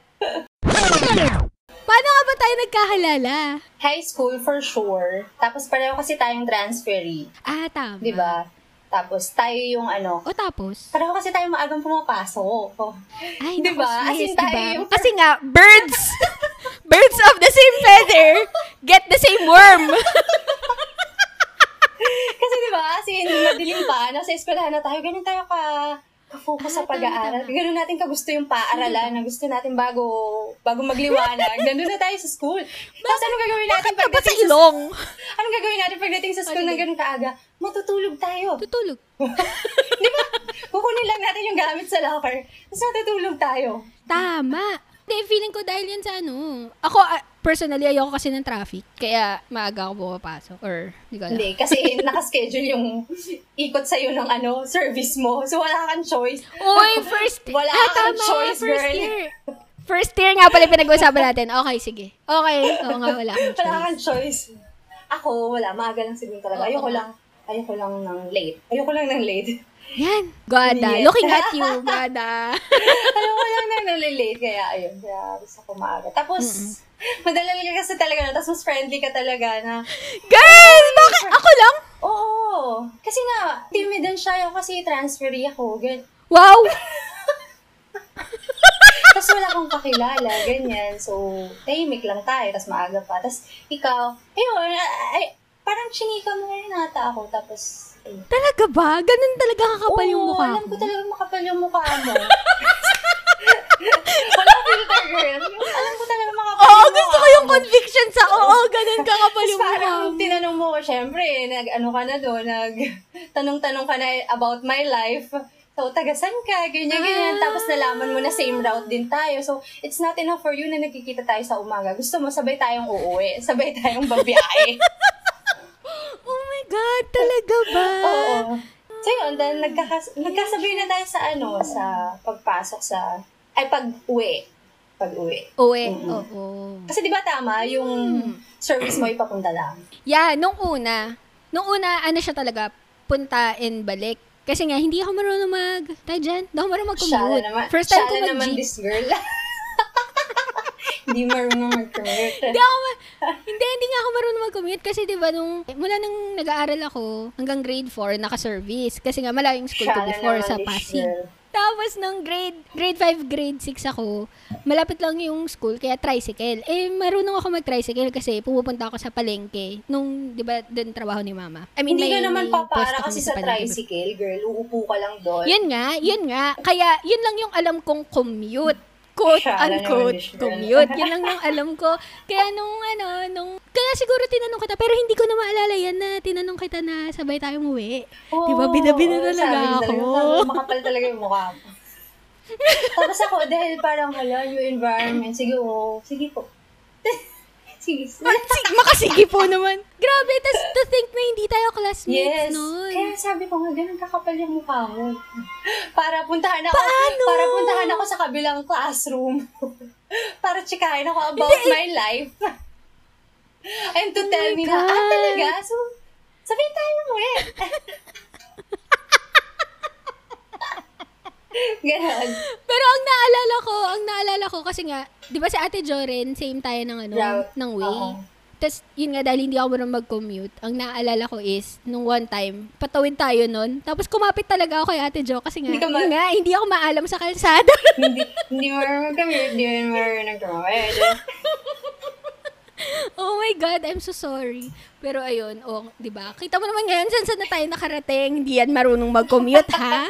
[SPEAKER 1] Paano nga ba tayo nagkahalala?
[SPEAKER 2] High school for sure. Tapos pareho kasi tayong transferee.
[SPEAKER 1] Ah, tama.
[SPEAKER 2] Di ba? Tapos tayo yung ano.
[SPEAKER 1] O tapos?
[SPEAKER 2] Pareho kasi tayong maagang pumapasok. Oh.
[SPEAKER 1] Ay,
[SPEAKER 2] Di
[SPEAKER 1] naku,
[SPEAKER 2] ba? As
[SPEAKER 1] sis,
[SPEAKER 2] in, tayo
[SPEAKER 1] diba?
[SPEAKER 2] yung-
[SPEAKER 1] Kasi nga, birds, birds of the same feather get the same worm.
[SPEAKER 2] Kasi di ba, as in, madilim pa, nasa eskwelahan na tayo, ganun tayo ka, ka-focus sa
[SPEAKER 1] Ah, tama,
[SPEAKER 2] pag-aaral.
[SPEAKER 1] tama.
[SPEAKER 2] Ganun natin kagusto yung paaralan
[SPEAKER 1] diba?
[SPEAKER 2] na gusto natin bago, bago magliwanag. Nandun na tayo sa school. Tapos anong gagawin natin
[SPEAKER 1] Tapos
[SPEAKER 2] pagdating sa,
[SPEAKER 1] ilong.
[SPEAKER 2] anong gagawin natin pagdating sa school
[SPEAKER 1] Ano
[SPEAKER 2] na ganun kaaga? Matutulog tayo.
[SPEAKER 1] Tutulog.
[SPEAKER 2] di ba? Kukunin lang natin yung gamit sa locker. Tapos natutulog tayo.
[SPEAKER 1] Tama. Hindi, feeling ko dahil yan sa ano. Ako, ah, personally, ayoko kasi ng traffic. Kaya maaga ako pumapasok. Or, hindi ko alam.
[SPEAKER 2] Hindi, kasi nakaschedule yung ikot sa'yo ng ano, service mo. So wala kang choice.
[SPEAKER 1] Uy, first... Ah,
[SPEAKER 2] Wala kang choice,
[SPEAKER 1] first
[SPEAKER 2] girl.
[SPEAKER 1] year. First year nga pala yung pinag-uusapan natin. Okay, sige. Okay. Oo nga, wala akong
[SPEAKER 2] Wala
[SPEAKER 1] choice.
[SPEAKER 2] kang choice. Ako, wala. Maaga lang siguro talaga.
[SPEAKER 1] Oo.
[SPEAKER 2] Ayoko lang. Ayoko lang ng late. Ayoko lang ng late.
[SPEAKER 4] Yan.
[SPEAKER 1] Gada. ah,
[SPEAKER 2] Yes.
[SPEAKER 1] Looking at you, ah. Gada.
[SPEAKER 2] Alam ko lang na nalilate, kaya ayun, kaya gusto ko maaga. Tapos, madala lang kasi talaga na, tapos mas friendly ka talaga na,
[SPEAKER 1] Girl! Bakit? Ako lang?
[SPEAKER 2] oo, kasi nga, timid din siya, ako kasi transferee ako, ganyan.
[SPEAKER 1] Wow!
[SPEAKER 2] Tapos wala akong kakilala, ganyan. So, tahimik lang tayo, tapos maaga pa. Tapos ikaw, ayun, ay, parang chinika mo rin ata ako. Tapos, ayun.
[SPEAKER 1] Talaga ba? Ganun talaga kakapal yung
[SPEAKER 2] Oo,
[SPEAKER 1] mukha
[SPEAKER 2] alam
[SPEAKER 1] ko.
[SPEAKER 2] ko talaga makapal yung mukha mo. Wala filter, girl. Alam ko talaga makapal
[SPEAKER 1] Oo,
[SPEAKER 2] yung
[SPEAKER 1] gusto
[SPEAKER 2] mukha
[SPEAKER 1] ko yung conviction sa oo, ganun kakapal
[SPEAKER 2] Tapos
[SPEAKER 1] yung mukha
[SPEAKER 2] parang
[SPEAKER 1] mo.
[SPEAKER 2] tinanong mo ko, syempre, nag-ano ka na doon, nag-tanong-tanong ka na about my life. So, tagasan ka, ganyan, ganyan.
[SPEAKER 1] Ah.
[SPEAKER 2] Tapos nalaman mo na same route din tayo. So, it's not enough for you na nagkikita tayo sa umaga. Gusto mo, sabay tayong uuwi. Sabay tayong babiyahe.
[SPEAKER 1] Oh my God, talaga ba?
[SPEAKER 2] Oo. So, yun, then, nagkakas- nagkasabi na tayo sa ano, sa pagpasok sa, ay, pag-uwi. Pag-uwi.
[SPEAKER 1] Uwe,
[SPEAKER 2] Mm-mm.
[SPEAKER 1] oo.
[SPEAKER 2] Kasi di ba tama, yung
[SPEAKER 1] Hmm.
[SPEAKER 2] service mo ipapunta lang.
[SPEAKER 1] Yeah, nung una, nung una, ano siya talaga, punta and balik. Kasi nga, hindi ako marunong mag, tayo dyan, hindi ako marunong
[SPEAKER 2] Shala
[SPEAKER 1] mag-commute.
[SPEAKER 2] naman.
[SPEAKER 1] First time ko
[SPEAKER 2] Shala naman
[SPEAKER 1] mag-jeep.
[SPEAKER 2] this girl. Hindi marunong mag-commute.
[SPEAKER 1] Hindi ako, ma- hindi, hindi nga ako marunong mag-commute kasi 'di ba nung mula nung nag-aaral ako hanggang grade 4 naka-service kasi nga malayo yung school ko
[SPEAKER 2] Shala
[SPEAKER 1] before
[SPEAKER 2] naman
[SPEAKER 1] sa
[SPEAKER 2] this
[SPEAKER 1] Pasig.
[SPEAKER 2] girl.
[SPEAKER 1] Tapos nung grade grade 5, grade 6 ako, malapit lang yung school kaya tricycle. Eh marunong ako mag-tricycle kasi pumupunta ako sa palengke nung 'di ba doon trabaho ni mama. I mean, may-
[SPEAKER 2] Hindi ka naman
[SPEAKER 1] may
[SPEAKER 2] papara
[SPEAKER 1] pwesto kami
[SPEAKER 2] kasi sa
[SPEAKER 1] palengke.
[SPEAKER 2] tricycle, girl. Uupo ka lang doon.
[SPEAKER 1] Yun nga, yun nga. Kaya yun lang yung alam kong commute. Quote
[SPEAKER 2] Siya, alam naman
[SPEAKER 1] unquote
[SPEAKER 2] ni Shirley.
[SPEAKER 1] commute. Yun lang yung alam ko. Kaya nung ano, nung kaya siguro tinanong kita, pero hindi ko na maalala yan na tinanong kita na sabay tayo umuwi.
[SPEAKER 2] Oo,
[SPEAKER 1] Di ba, binabina
[SPEAKER 2] oo,
[SPEAKER 1] talaga
[SPEAKER 2] sabi ko
[SPEAKER 1] ako.
[SPEAKER 2] talaga, Makapal talaga yung mukha mo. Tapos ako, dahil parang, hala, new environment. Sige, oo. Sige po. Sige.
[SPEAKER 1] Sig- Makasigi po naman. Grabe, tas to think na hindi tayo classmates
[SPEAKER 2] Yes.
[SPEAKER 1] nun.
[SPEAKER 2] Kaya sabi ko nga, ganun kakapal yung mukha mo. Para puntahan ako,
[SPEAKER 1] Paano?
[SPEAKER 2] para puntahan ako sa kabilang classroom. para tsikahin ako about my life. And to tell
[SPEAKER 1] my
[SPEAKER 2] me na, ah,
[SPEAKER 1] God.
[SPEAKER 2] talaga? So, sabihin tayo mo eh. Ganon.
[SPEAKER 1] Pero ang naalala ko, ang naalala ko kasi nga, 'di ba si Ate Joren, same tayo ng ano,
[SPEAKER 2] Route.
[SPEAKER 1] ng way.
[SPEAKER 2] Oo.
[SPEAKER 1] Tapos, yun nga, dahil hindi ako marunong mag-commute, ang naaalala ko is, nung one time, patawid tayo nun. Tapos, kumapit talaga ako kay Ate Jo kasi nga,
[SPEAKER 2] Hindi ka ma-
[SPEAKER 1] yun nga, hindi ako maalam sa kalsada.
[SPEAKER 2] hindi, hindi mo kami, hindi mo Eh, rin tumawid.
[SPEAKER 1] oh my God, I'm so sorry. Pero ayun, oh, di ba? Kita mo naman ngayon, saan saan na tayo nakarating? Hindi yan marunong mag-commute, ha?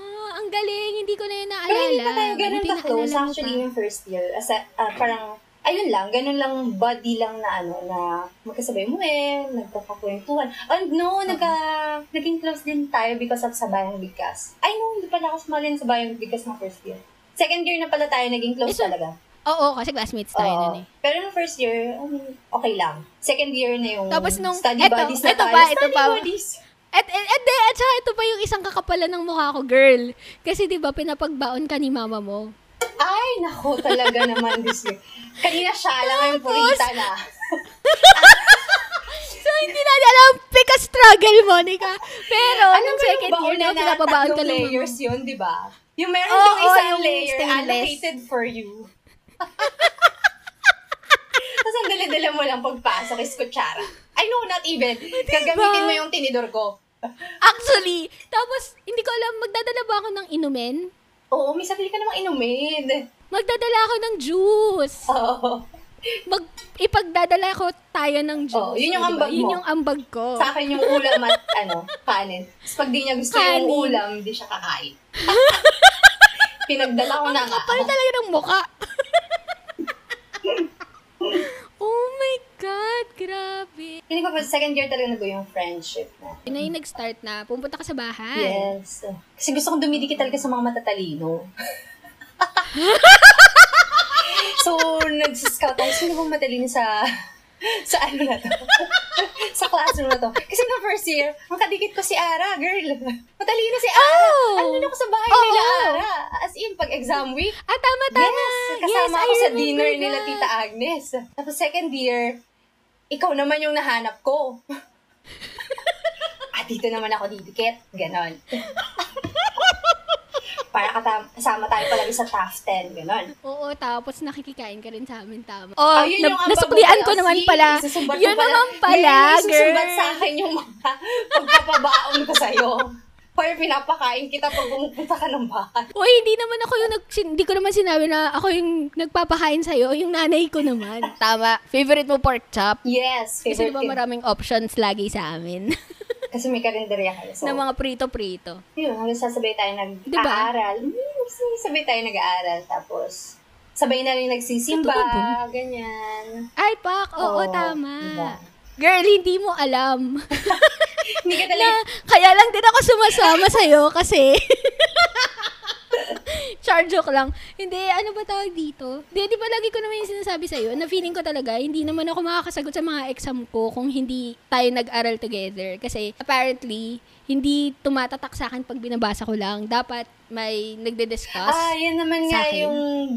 [SPEAKER 1] oh, ang galing, hindi ko na yun naalala.
[SPEAKER 2] Pero hindi pa tayo ganun
[SPEAKER 1] Buti
[SPEAKER 2] ka-close
[SPEAKER 1] naalala mo
[SPEAKER 2] actually
[SPEAKER 1] pa.
[SPEAKER 2] yung first year. As a, ah, parang, ayun lang, ganun lang body lang na ano, na magkasabay mo eh, nagkakakwentuhan. And no, nagka, naging close din tayo because of sa Bayang Bigkas. Ay no, hindi pala ako sumali sa Bayang Bigkas na first year. Second year na pala tayo naging
[SPEAKER 1] Eh,
[SPEAKER 2] close
[SPEAKER 1] so-
[SPEAKER 2] talaga.
[SPEAKER 1] Oo, kasi classmates tayo
[SPEAKER 2] Oo.
[SPEAKER 1] nun eh.
[SPEAKER 2] Pero nung first year, I mean, okay lang. Second year na yung
[SPEAKER 1] Tapos nung-
[SPEAKER 2] study
[SPEAKER 1] eto,
[SPEAKER 2] buddies na
[SPEAKER 1] eto
[SPEAKER 2] tayo.
[SPEAKER 1] pa, eto
[SPEAKER 2] study
[SPEAKER 1] pa.
[SPEAKER 2] buddies.
[SPEAKER 1] At, at, at, de, at saka ito pa yung isang kakapalan ng mukha ko, girl. Kasi di ba pinapagbaon ka ni mama mo.
[SPEAKER 2] Ay, nako talaga naman this year. Kanina siya lang ang purita na.
[SPEAKER 1] So, hindi na alam, pick a struggle, Monica. Pero,
[SPEAKER 2] Ano
[SPEAKER 1] nung
[SPEAKER 2] ba
[SPEAKER 1] second
[SPEAKER 2] yung
[SPEAKER 1] year na,
[SPEAKER 2] baon
[SPEAKER 1] pinapabaon ka
[SPEAKER 2] tatlong
[SPEAKER 1] lang.
[SPEAKER 2] layers yun, di ba? Yung
[SPEAKER 1] Oo,
[SPEAKER 2] meron yung isang
[SPEAKER 1] yung
[SPEAKER 2] layer
[SPEAKER 1] stainless.
[SPEAKER 2] allocated for you. Tapos ang dala-dala mo lang pagpasok is kutsara. I know, not even.
[SPEAKER 1] Diba?
[SPEAKER 2] Gagamitin mo yung tinidor ko.
[SPEAKER 1] Actually, tapos, hindi ko alam, magdadala ba ako ng inumin?
[SPEAKER 2] Oo, may sabili ka namang inumin.
[SPEAKER 1] Magdadala ako ng juice.
[SPEAKER 2] Oo.
[SPEAKER 1] Mag, ipagdadala ko tayo ng juice.
[SPEAKER 2] Oh, yun
[SPEAKER 1] O, di
[SPEAKER 2] yung
[SPEAKER 1] ba?
[SPEAKER 2] ambag
[SPEAKER 1] Yun
[SPEAKER 2] mo.
[SPEAKER 1] yung ambag ko.
[SPEAKER 2] Sa akin yung ulam at ano, kanin. Tapos pag di niya gusto
[SPEAKER 1] Kanin.
[SPEAKER 2] yung ulam, di siya kakain. Pinagdala ko na nga.
[SPEAKER 1] Kapal talaga ng mukha. oh my God, grabe.
[SPEAKER 2] Hindi ko pa second year talaga na yung friendship na.
[SPEAKER 1] Yun na yung nag-start na, pumunta ka sa bahay.
[SPEAKER 2] Yes. Kasi gusto kong dumidikit talaga sa mga matatalino. so, nagsiscout tayo. Sino bang matalino sa sa ano na to? sa classroom na to. Kasi no first year, ang kadikit ko si Ara, girl. Matalino si Ara.
[SPEAKER 1] Oh!
[SPEAKER 2] Ano na ko sa bahay
[SPEAKER 1] Oo.
[SPEAKER 2] nila, Ara? As in, pag exam week,
[SPEAKER 1] Ah, tama, tama.
[SPEAKER 2] Yes, kasama
[SPEAKER 1] Yes, oh
[SPEAKER 2] ako
[SPEAKER 1] I
[SPEAKER 2] sa
[SPEAKER 1] remember
[SPEAKER 2] dinner nila
[SPEAKER 1] that.
[SPEAKER 2] Tita Agnes. Tapos second year, ikaw naman yung nahanap ko. At Ah, dito naman ako didikit, ganon. Para kata- kasama tayo palagi sa top 10, ganon.
[SPEAKER 1] Oo, tapos nakikikain ka rin sa amin, tama. Oh,
[SPEAKER 2] Oh, yun
[SPEAKER 1] na-
[SPEAKER 2] yung ang
[SPEAKER 1] nasuklian
[SPEAKER 2] babae,
[SPEAKER 1] ko
[SPEAKER 2] oh,
[SPEAKER 1] naman
[SPEAKER 2] see,
[SPEAKER 1] pala.
[SPEAKER 2] isusumbat ko
[SPEAKER 1] Yun naman pala,
[SPEAKER 2] Ngayon, isusumbat
[SPEAKER 1] girl.
[SPEAKER 2] sa akin yung mga pagpapabaon ko sa'yo. Or pinapakain kita pag pumupunta ka ng bahay.
[SPEAKER 1] Uy, hindi naman ako yung nag, sin- hindi ko naman sinabi na ako yung nagpapakain sa'yo, yung nanay ko naman. Tama. Favorite mo pork chop?
[SPEAKER 2] Yes,
[SPEAKER 1] Kasi diba
[SPEAKER 2] favorite ko.
[SPEAKER 1] maraming options lagi sa amin?
[SPEAKER 2] Kasi may karinderya kayo. So,
[SPEAKER 1] na mga prito-prito.
[SPEAKER 2] yun, hanggang sasabay tayo
[SPEAKER 1] Diba?
[SPEAKER 2] nag-aaral. Hmm, sabay tayo nag-aaral. Tapos, sabay na rin
[SPEAKER 1] Totoo
[SPEAKER 2] nagsisimba, ganyan.
[SPEAKER 1] Ay, pak! Oo,
[SPEAKER 2] Oo,
[SPEAKER 1] tama.
[SPEAKER 2] diba?
[SPEAKER 1] Girl, hindi mo alam.
[SPEAKER 2] Hindi ka
[SPEAKER 1] na,
[SPEAKER 2] talaga,
[SPEAKER 1] kaya lang din ako sumasama sa'yo kasi... Char joke lang. Hindi, ano ba tawag dito? Di, di ba lagi ko naman yung sinasabi sa'yo na feeling ko talaga, hindi naman ako makakasagot sa mga exam ko kung hindi tayo nag-aral together. Kasi apparently, hindi tumatatak sa akin pag binabasa ko lang. Dapat may nagde-discuss.
[SPEAKER 2] ah, yun naman
[SPEAKER 1] Sa
[SPEAKER 2] nga
[SPEAKER 1] akin.
[SPEAKER 2] yung,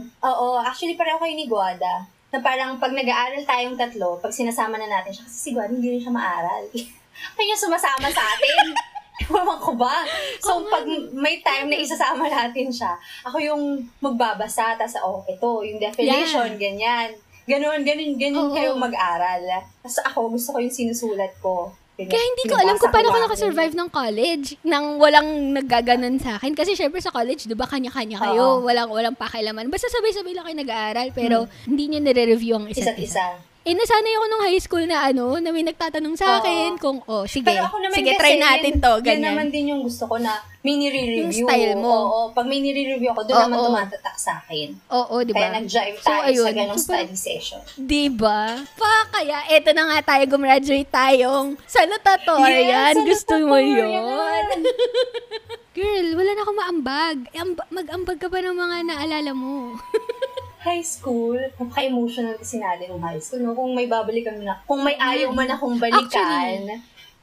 [SPEAKER 2] oo, actually pareho kayo ni Guada. Na parang pag nag-aaral tayong tatlo, pag sinasama na natin siya, kasi si Guada hindi rin siya maaral. Kaya sumasama sa atin. Ewan ko ba? So, pag
[SPEAKER 1] ano.
[SPEAKER 2] may time na isasama natin siya, ako yung magbabasa, tas, oh, ito, yung definition, ganyan. Ganon, ganon, ganyan
[SPEAKER 1] Oo.
[SPEAKER 2] kayo mag-aral. Tapos ako, gusto ko yung sinusulat ko. Ganyan.
[SPEAKER 1] Kaya hindi ko alam
[SPEAKER 2] Binabasa
[SPEAKER 1] kung paano ako
[SPEAKER 2] lagi.
[SPEAKER 1] nakasurvive ng college nang walang naggaganon sa akin. Kasi syempre sa college, di ba, kanya-kanya kayo.
[SPEAKER 2] Oo.
[SPEAKER 1] Walang, walang pakialaman. Basta sabay-sabay lang kayo nag-aaral. Pero hindi niya nire-review ang isa't,
[SPEAKER 2] Hmm. Isa't isa.
[SPEAKER 1] Eh, nasanay ako nung high school na ano, na may nagtatanong sa
[SPEAKER 2] Oo.
[SPEAKER 1] akin kung, oh, sige,
[SPEAKER 2] Pero ako naman
[SPEAKER 1] sige,
[SPEAKER 2] kasi,
[SPEAKER 1] try natin
[SPEAKER 2] yun-
[SPEAKER 1] to,
[SPEAKER 2] Yun
[SPEAKER 1] ganyan.
[SPEAKER 2] naman din yung gusto ko na may nire-review.
[SPEAKER 1] Yung style mo.
[SPEAKER 2] Oo, pag may nire-review ako, doon
[SPEAKER 1] Oo.
[SPEAKER 2] naman tumatatak sa akin.
[SPEAKER 1] Oo, di
[SPEAKER 2] Kaya
[SPEAKER 1] ba?
[SPEAKER 2] nag-jive
[SPEAKER 1] So,
[SPEAKER 2] tayo sa
[SPEAKER 1] ayun. Diba?
[SPEAKER 2] ganong
[SPEAKER 1] So, parang-
[SPEAKER 2] study session.
[SPEAKER 1] Di ba? Pa, kaya, eto na nga tayo, gumraduate tayong salutatorian. Oh,
[SPEAKER 2] Yes, ano
[SPEAKER 1] Gusto mo
[SPEAKER 2] salutatorian.
[SPEAKER 1] yun? Girl, wala na akong maambag. Eh, amba- mag-ambag ka ba ng mga naalala mo?
[SPEAKER 2] High school, napaka-emotional kasi natin nung high school. No? Kung may babalik kami na, kung may ayaw man akong balikan,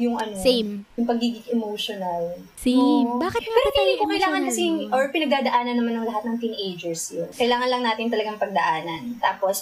[SPEAKER 2] yung ano,
[SPEAKER 1] Same.
[SPEAKER 2] yung pagiging emotional.
[SPEAKER 1] Same.
[SPEAKER 2] Oo.
[SPEAKER 1] Bakit nga
[SPEAKER 2] Pero
[SPEAKER 1] ba tayo
[SPEAKER 2] feeling ko kailangan
[SPEAKER 1] emotional
[SPEAKER 2] kasi,
[SPEAKER 1] nun?
[SPEAKER 2] or pinagdadaanan naman ng lahat ng teenagers yun. Kailangan lang natin talagang pagdaanan. Tapos,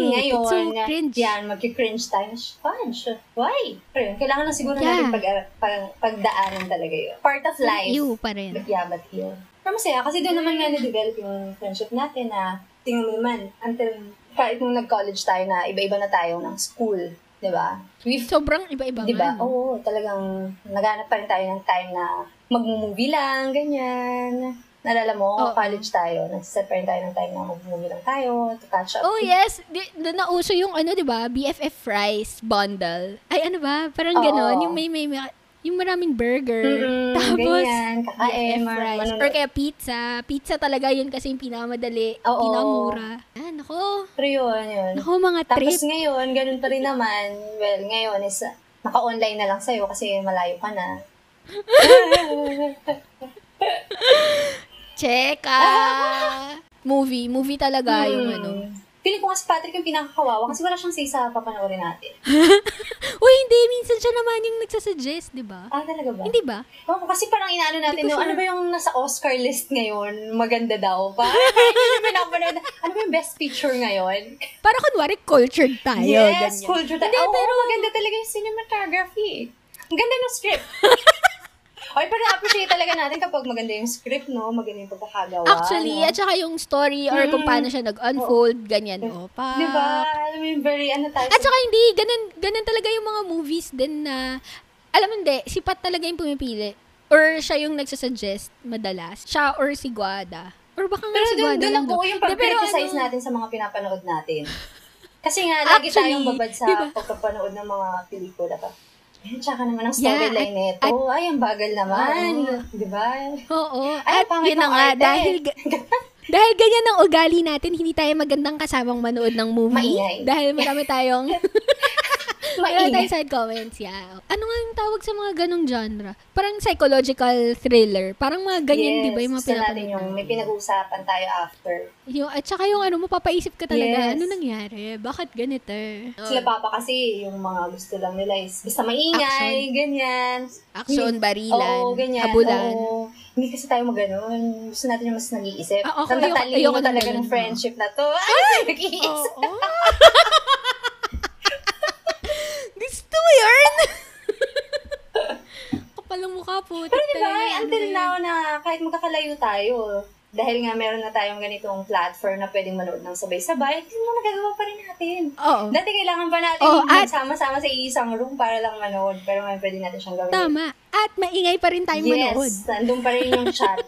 [SPEAKER 1] hate it. It's
[SPEAKER 2] ngayon,
[SPEAKER 1] so cringe.
[SPEAKER 2] yan, magki-cringe tayo. Sh- Fun, sh- why? Pero yun, kailangan lang siguro
[SPEAKER 1] Yeah.
[SPEAKER 2] natin pag, pag- pagdaanan talaga yun. Part of life.
[SPEAKER 1] Ew pa rin.
[SPEAKER 2] But yeah, but yun. Pero masaya, kasi doon naman nga na-develop yung friendship natin na, tingnan mo naman, until, kahit nung nag-college tayo na, iba-iba na tayo ng school. di ba? We've
[SPEAKER 1] Sobrang iba-iba
[SPEAKER 2] Di ba?
[SPEAKER 1] nga, no?
[SPEAKER 2] Oo, talagang naghanap pa rin tayo ng time na mag-movie lang, ganyan. Nalala mo,
[SPEAKER 1] Oo.
[SPEAKER 2] college tayo, nagsiset pa rin tayo ng time na mag-movie lang tayo, to catch up.
[SPEAKER 1] Oh yes, di, doon na uso yung ano, 'di ba? BFF fries bundle. Ay ano ba? Parang
[SPEAKER 2] Oo.
[SPEAKER 1] gano'n, yung may may may- yung maraming burger.
[SPEAKER 2] Mm-mm,
[SPEAKER 1] Tapos
[SPEAKER 2] Mm, ganyan, Ah, eh, kakain,
[SPEAKER 1] BFF
[SPEAKER 2] ma-
[SPEAKER 1] fries.
[SPEAKER 2] manunod.
[SPEAKER 1] Or kaya pizza. Pizza talaga yun kasi yung pinakamadali,
[SPEAKER 2] Oo.
[SPEAKER 1] pinakamura. Ah, nako.
[SPEAKER 2] Pero yun, yun.
[SPEAKER 1] Nako mga
[SPEAKER 2] Tapos
[SPEAKER 1] trip.
[SPEAKER 2] ngayon, ganun pa rin naman. Well, ngayon is uh, naka-online na lang sa'yo kasi malayo ka na.
[SPEAKER 1] Cheka. movie, movie
[SPEAKER 2] Hmm.
[SPEAKER 1] talaga yung ano.
[SPEAKER 2] Feeling ko nga si Patrick yung pinakakawawa kasi wala siyang say sa papanoorin natin.
[SPEAKER 1] Uy, hindi minsan siya naman yung nagsasuggest, 'di ba?
[SPEAKER 2] Ah, talaga ba?
[SPEAKER 1] Hindi ba?
[SPEAKER 2] Oo, kasi parang inaano natin,
[SPEAKER 1] Hindi ko sure.
[SPEAKER 2] no, ano ba yung nasa Oscar list ngayon? Maganda daw pa. Ay, may napanood. ano ba yung best picture ngayon?
[SPEAKER 1] Para kunwari cultured tayo. ganyan.
[SPEAKER 2] yes, culture tayo.
[SPEAKER 1] Hindi,
[SPEAKER 2] Oo,
[SPEAKER 1] pero-
[SPEAKER 2] maganda talaga yung cinematography. Ang ganda ng script. Oy, pero appreciate talaga natin kapag maganda yung script, no? Maganda yung pagkakagawa.
[SPEAKER 1] Actually, at
[SPEAKER 2] no?
[SPEAKER 1] saka yung story or kung paano siya nag-unfold, ganyan. O, pa.
[SPEAKER 2] Di ba? Alam mo yung very, ano tayo.
[SPEAKER 1] At saka hindi, ganun, ganun talaga yung mga movies din na, alam mo hindi, si Pat talaga yung pumipili. Or siya yung nagsasuggest madalas. Siya or si Guada. Or baka nga
[SPEAKER 2] pero
[SPEAKER 1] si
[SPEAKER 2] doon,
[SPEAKER 1] Guada
[SPEAKER 2] doon
[SPEAKER 1] lang.
[SPEAKER 2] ang
[SPEAKER 1] daw.
[SPEAKER 2] buo yung
[SPEAKER 1] Hindi, pero
[SPEAKER 2] pag-criticize
[SPEAKER 1] ano,
[SPEAKER 2] natin sa mga pinapanood natin. Kasi nga, lagi
[SPEAKER 1] Actually,
[SPEAKER 2] tayong babad sa
[SPEAKER 1] di ba?
[SPEAKER 2] pagpapanood ng mga pelikula pa. Eh, tsaka naman ang
[SPEAKER 1] Yeah,
[SPEAKER 2] storyline nito. ay, ang bagal
[SPEAKER 1] Oo.
[SPEAKER 2] naman. Di ba?
[SPEAKER 1] Oo.
[SPEAKER 2] Ay,
[SPEAKER 1] at
[SPEAKER 2] pangit
[SPEAKER 1] yun na
[SPEAKER 2] ng
[SPEAKER 1] nga,
[SPEAKER 2] arte.
[SPEAKER 1] dahil, ga- dahil ganyan ang ugali natin, hindi tayo magandang kasamang manood ng movie.
[SPEAKER 2] Maingay.
[SPEAKER 1] Dahil marami tayong, marami
[SPEAKER 2] Maingay.
[SPEAKER 1] tayong side comments, yeah. Ano nga yung tawag sa mga ganong genre? Parang psychological thriller. Parang mga ganyan,
[SPEAKER 2] Yes,
[SPEAKER 1] di ba, yung mga
[SPEAKER 2] gusto natin
[SPEAKER 1] pinapanood
[SPEAKER 2] yung may
[SPEAKER 1] natin.
[SPEAKER 2] pinag-uusapan tayo after.
[SPEAKER 1] Yung, at saka yung ano, mapapaisip ka talaga,
[SPEAKER 2] Yes.
[SPEAKER 1] ano nangyari? Bakit ganito?
[SPEAKER 2] Sila papa kasi, yung mga gusto lang nila is basta maingay, ganyan.
[SPEAKER 1] Action,
[SPEAKER 2] Hindi-
[SPEAKER 1] barilan,
[SPEAKER 2] Oo, ganyan.
[SPEAKER 1] habulan.
[SPEAKER 2] Oo. Hindi kasi tayo magano'n. Gusto natin yung mas nag-iisip.
[SPEAKER 1] Ah, ako,
[SPEAKER 2] Ang
[SPEAKER 1] ayoko-
[SPEAKER 2] tatalino
[SPEAKER 1] ayoko ng
[SPEAKER 2] talaga
[SPEAKER 1] ganun,
[SPEAKER 2] ng
[SPEAKER 1] no?
[SPEAKER 2] friendship na to. Ay, nag-iisip.
[SPEAKER 1] Oo. Gusto mo yun? Kapal ano
[SPEAKER 2] tao na kahit magkakalayo tayo, dahil nga meron na tayong ganitong platform na pwedeng manood ng sabay-sabay, hindi mo nagagawa pa rin natin.
[SPEAKER 1] Oo.
[SPEAKER 2] Dati kailangan pa natin
[SPEAKER 1] Oh, at-
[SPEAKER 2] magsama-sama sa isang room para lang manood, pero ngayon pwede natin siyang gawin.
[SPEAKER 1] Tama. At maingay pa rin tayo manood.
[SPEAKER 2] Yes, nandun pa rin yung chat.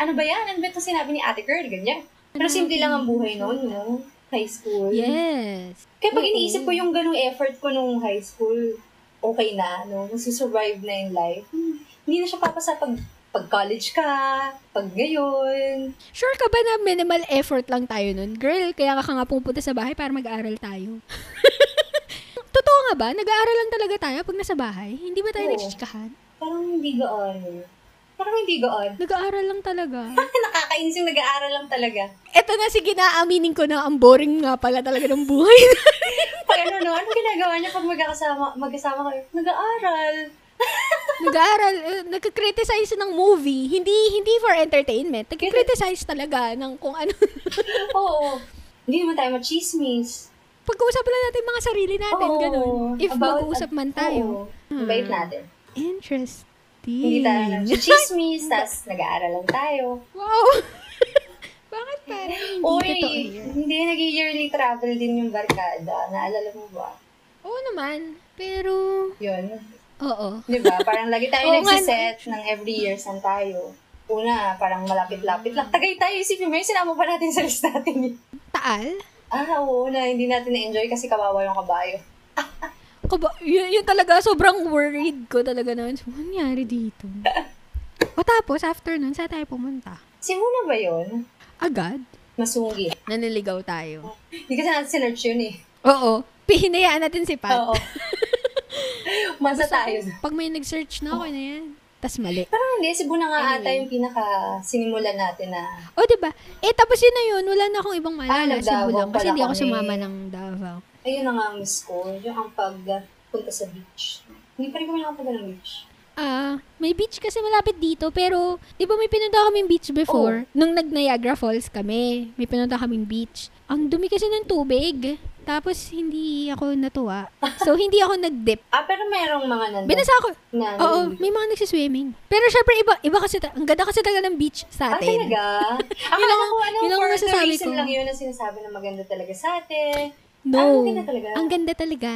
[SPEAKER 2] ano ba yan? Ano ba ito sinabi ni ate girl? Ganyan. Pero simple lang ang buhay noon, no? High school.
[SPEAKER 1] Ano Yes.
[SPEAKER 2] Kaya pag
[SPEAKER 1] Oo.
[SPEAKER 2] iniisip ko yung ganung effort ko nung high school, okay na, no? Nasusurvive na yung life. Hmm, Hindi na siya papasa pag, pag college ka, pag ngayon.
[SPEAKER 1] Sure ka ba na minimal effort lang tayo nun? Girl, kaya ka nga pupunta sa bahay para mag-aaral tayo. Totoo nga ba? Nag-aaral lang talaga tayo pag nasa bahay? Hindi ba tayo
[SPEAKER 2] Oo.
[SPEAKER 1] nagsisikahan?
[SPEAKER 2] Parang hindi gaon. Parang hindi gaon.
[SPEAKER 1] Nag-aaral lang talaga.
[SPEAKER 2] Nakakainis yung nag-aaral lang talaga.
[SPEAKER 1] Eto na, sige na, aminin ko na ang boring nga pala talaga ng buhay natin.
[SPEAKER 2] Pag ano, no? Ano ginagawa niya pag magkakasama, magkasama kayo? Nag-aaral.
[SPEAKER 1] Nag-aaral, uh, nagkakriticize ng movie. Hindi hindi for entertainment. Nagkakriticize talaga ng kung ano.
[SPEAKER 2] Oo. Hindi naman tayo machismis.
[SPEAKER 1] Pag-uusapan lang natin mga sarili natin,
[SPEAKER 2] Oo.
[SPEAKER 1] ganun. If
[SPEAKER 2] About-
[SPEAKER 1] mag-uusap man
[SPEAKER 2] Oo.
[SPEAKER 1] tayo. Hmm.
[SPEAKER 2] Ang bait natin.
[SPEAKER 1] Interesting.
[SPEAKER 2] Hindi tayo
[SPEAKER 1] Hmm.
[SPEAKER 2] nag-chismis, tas nag-aaral lang tayo.
[SPEAKER 1] Wow! Bakit parang hindi
[SPEAKER 2] Uy,
[SPEAKER 1] totoo yun?
[SPEAKER 2] hindi, nag-yearly travel din yung barkada. Naalala mo ba?
[SPEAKER 1] Oo naman. Pero,
[SPEAKER 2] Yun.
[SPEAKER 1] oo.
[SPEAKER 2] Di ba? Parang lagi tayo
[SPEAKER 1] Oo nga.
[SPEAKER 2] nagsiset ng every year saan tayo. Una, parang malapit-lapit lang. Tagay tayo, isipin mo yun, sinama pa natin sa list natin. yun.
[SPEAKER 1] Taal?
[SPEAKER 2] Ah, oo na, hindi natin na-enjoy kasi kawawa yung kabayo.
[SPEAKER 1] Kaba, yun, yun talaga, sobrang worried ko talaga noon. So, ano nangyari dito? o tapos, after nun, saan tayo pumunta?
[SPEAKER 2] Si Muna ba yun?
[SPEAKER 1] Agad?
[SPEAKER 2] Masungit.
[SPEAKER 1] Naniligaw tayo.
[SPEAKER 2] Hindi kasi natin sinerch yun eh.
[SPEAKER 1] Oo. Pihinayaan natin si Pat.
[SPEAKER 2] Oo. Masa tayo.
[SPEAKER 1] Pag may nag-search na ako na yan, tas mali.
[SPEAKER 2] Parang hindi, si Buna nga ata yung pinaka-sinimulan natin na
[SPEAKER 1] O, di ba? Eh, tapos yun na yun. Wala na akong ibang maalala.
[SPEAKER 2] Ah, nag-Davao
[SPEAKER 1] Ah, Bulang. Kasi
[SPEAKER 2] pala
[SPEAKER 1] hindi ako
[SPEAKER 2] kami.
[SPEAKER 1] sumama ng Davao.
[SPEAKER 2] Ayun na nga ang miss ko, yung ang pagpunta sa beach. Hindi pa rin kami nakapunta ng beach.
[SPEAKER 1] Ah, may beach kasi malapit dito. Pero, di ba may pinunta kaming beach
[SPEAKER 2] Oh.
[SPEAKER 1] before? Nung nag-Niagara Falls kami, may pinunta kaming beach. Ang dumi kasi ng tubig. Tapos, hindi ako natuwa. So, hindi ako nag-dip.
[SPEAKER 2] Ah, pero merong mga nandun.
[SPEAKER 1] Binasa ako.
[SPEAKER 2] na,
[SPEAKER 1] Oo, may mga nagsiswimming. Pero syempre, iba, iba kasi, ta- ang ganda kasi talaga ng beach
[SPEAKER 2] Ah,
[SPEAKER 1] sa atin.
[SPEAKER 2] talaga? Akala
[SPEAKER 1] ang-
[SPEAKER 2] ko, ano,
[SPEAKER 1] yun ang
[SPEAKER 2] for the
[SPEAKER 1] masasabi
[SPEAKER 2] reason
[SPEAKER 1] ko.
[SPEAKER 2] lang yun na sinasabi na maganda talaga sa atin. Ah,
[SPEAKER 1] No.
[SPEAKER 2] ang ganda talaga.
[SPEAKER 1] Ang ganda talaga.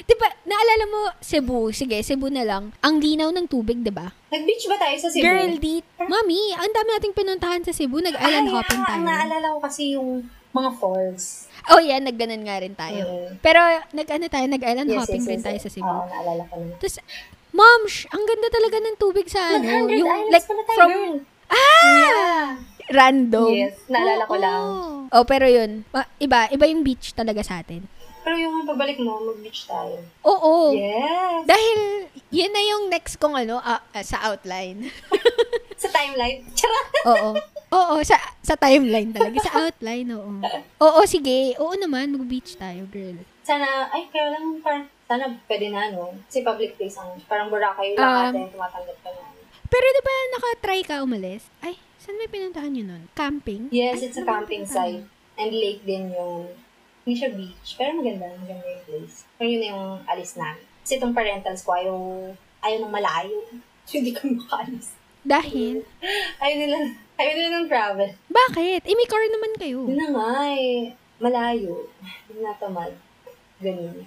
[SPEAKER 1] 'Di ba? Naalala mo Cebu, sige, Cebu na lang. Ang linaw ng tubig, 'di ba?
[SPEAKER 2] Nag-beach ba tayo sa Cebu?
[SPEAKER 1] Girl, di Mami, ang dami nating pinuntahan sa Cebu, nag-island
[SPEAKER 2] Ay,
[SPEAKER 1] hopping
[SPEAKER 2] ah, Ang
[SPEAKER 1] tayo.
[SPEAKER 2] naalala ko kasi yung mga falls.
[SPEAKER 1] Oh, yeah, nagganan nga rin tayo.
[SPEAKER 2] Mm.
[SPEAKER 1] Pero nag-ano tayo, nag-island Ano, hopping rin tayo sa Cebu.
[SPEAKER 2] Oo, naalala ko naman.
[SPEAKER 1] Tapos Mom, sh- ang ganda talaga ng tubig sa ano,
[SPEAKER 2] Nag-hundred islands pala tayo,
[SPEAKER 1] from
[SPEAKER 2] girl.
[SPEAKER 1] ah, random.
[SPEAKER 2] Yes, naalala ko
[SPEAKER 1] Oo.
[SPEAKER 2] lang.
[SPEAKER 1] Oh, pero 'yun, ma- iba, iba yung beach talaga sa atin.
[SPEAKER 2] Pero yung pagbalik mo, mag-beach tayo.
[SPEAKER 1] Oo.
[SPEAKER 2] Yes!
[SPEAKER 1] Dahil, yun na yung next kong ano, ah, ah, sa outline.
[SPEAKER 2] Sa timeline. Charot!
[SPEAKER 1] oo. Oo, sa, sa timeline talaga. Sa outline, oo. Oo, sige. Oo naman, mag-beach tayo, girl.
[SPEAKER 2] Sana, ay, kaya lang, parang, sana pwede na, no? Kasi public place ang, parang Boracay lang
[SPEAKER 1] Um,
[SPEAKER 2] ate, tumatanggap ka na.
[SPEAKER 1] Pero di ba nakatry ka umalis? Ay, saan may pinuntahan yun nun? Camping?
[SPEAKER 2] Yes,
[SPEAKER 1] Ay,
[SPEAKER 2] it's a
[SPEAKER 1] ano ba
[SPEAKER 2] camping
[SPEAKER 1] pinuntahan?
[SPEAKER 2] site. And lake din yung, hindi siya beach, pero maganda, maganda yung place. Pero yun na yung alis namin. Kasi itong parentals ko, ayaw, ayaw ng malayo. So, hindi kami makaalis.
[SPEAKER 1] Dahil?
[SPEAKER 2] Ayaw nila, ayaw nila ng travel.
[SPEAKER 1] Bakit? Eh, may car naman kayo.
[SPEAKER 2] Yun na nga eh, malayo. Hindi natamad. Ganun.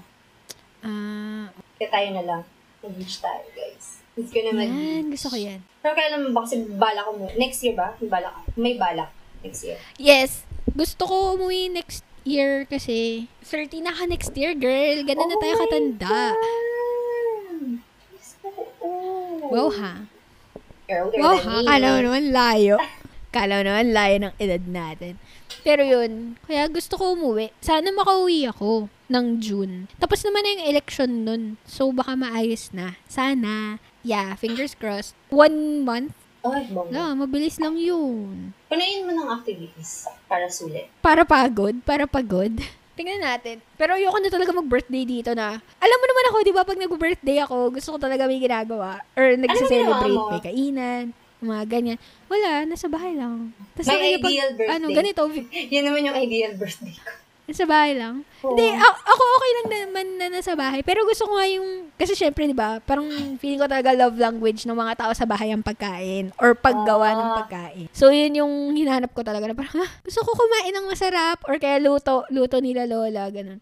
[SPEAKER 1] Ah,
[SPEAKER 2] Kaya tayo na lang. Mag-beach tayo, guys. It's gonna mag-beach.
[SPEAKER 1] yan. Gusto ko yan.
[SPEAKER 2] Pero kailan ba kasi bala ko muna? Next year ba? May bala ka? May bala next year.
[SPEAKER 1] Yes. Gusto ko umuwi next year kasi 30 na ka next year, girl. Ganun na tayo
[SPEAKER 2] Oh my
[SPEAKER 1] katanda.
[SPEAKER 2] God! Yes, oo.
[SPEAKER 1] Wow, ha?
[SPEAKER 2] You're older
[SPEAKER 1] Wow,
[SPEAKER 2] than
[SPEAKER 1] ha?
[SPEAKER 2] me.
[SPEAKER 1] Kala ko naman layo. Kala ko naman layo ng edad natin. Pero yun, kaya gusto ko umuwi. Sana makauwi ako ng June. Tapos naman na yung election nun. So, baka maayos na. Sana. Yeah, fingers crossed. One month?
[SPEAKER 2] Ay, bongo.
[SPEAKER 1] La, mabilis lang yun.
[SPEAKER 2] Punayin mo ng activities para sulit.
[SPEAKER 1] Para pagod? Para pagod? Tingnan natin. Pero ayoko na talaga mag-birthday dito na. Alam mo naman ako, di ba, pag nag-birthday ako, gusto ko talaga may ginagawa. Or nagse-celebrate,
[SPEAKER 2] ginawa mo?
[SPEAKER 1] may kainan, mga ganyan. Wala, nasa bahay lang. Tas
[SPEAKER 2] May
[SPEAKER 1] nakikipag-
[SPEAKER 2] ideal birthday.
[SPEAKER 1] Ano, ganito. vi-
[SPEAKER 2] Yan naman yung ideal birthday ko.
[SPEAKER 1] Sa bahay lang.
[SPEAKER 2] Oo.
[SPEAKER 1] Hindi, a- ako okay lang naman na nasa bahay. Pero gusto ko nga yung, kasi syempre, di ba, parang feeling ko talaga love language ng mga tao sa bahay ang pagkain or paggawa ng
[SPEAKER 2] Ah.
[SPEAKER 1] pagkain. So, yun yung hinanap ko talaga na parang, "Ah, gusto ko kumain ng masarap or kaya luto, luto nila lola, ganun.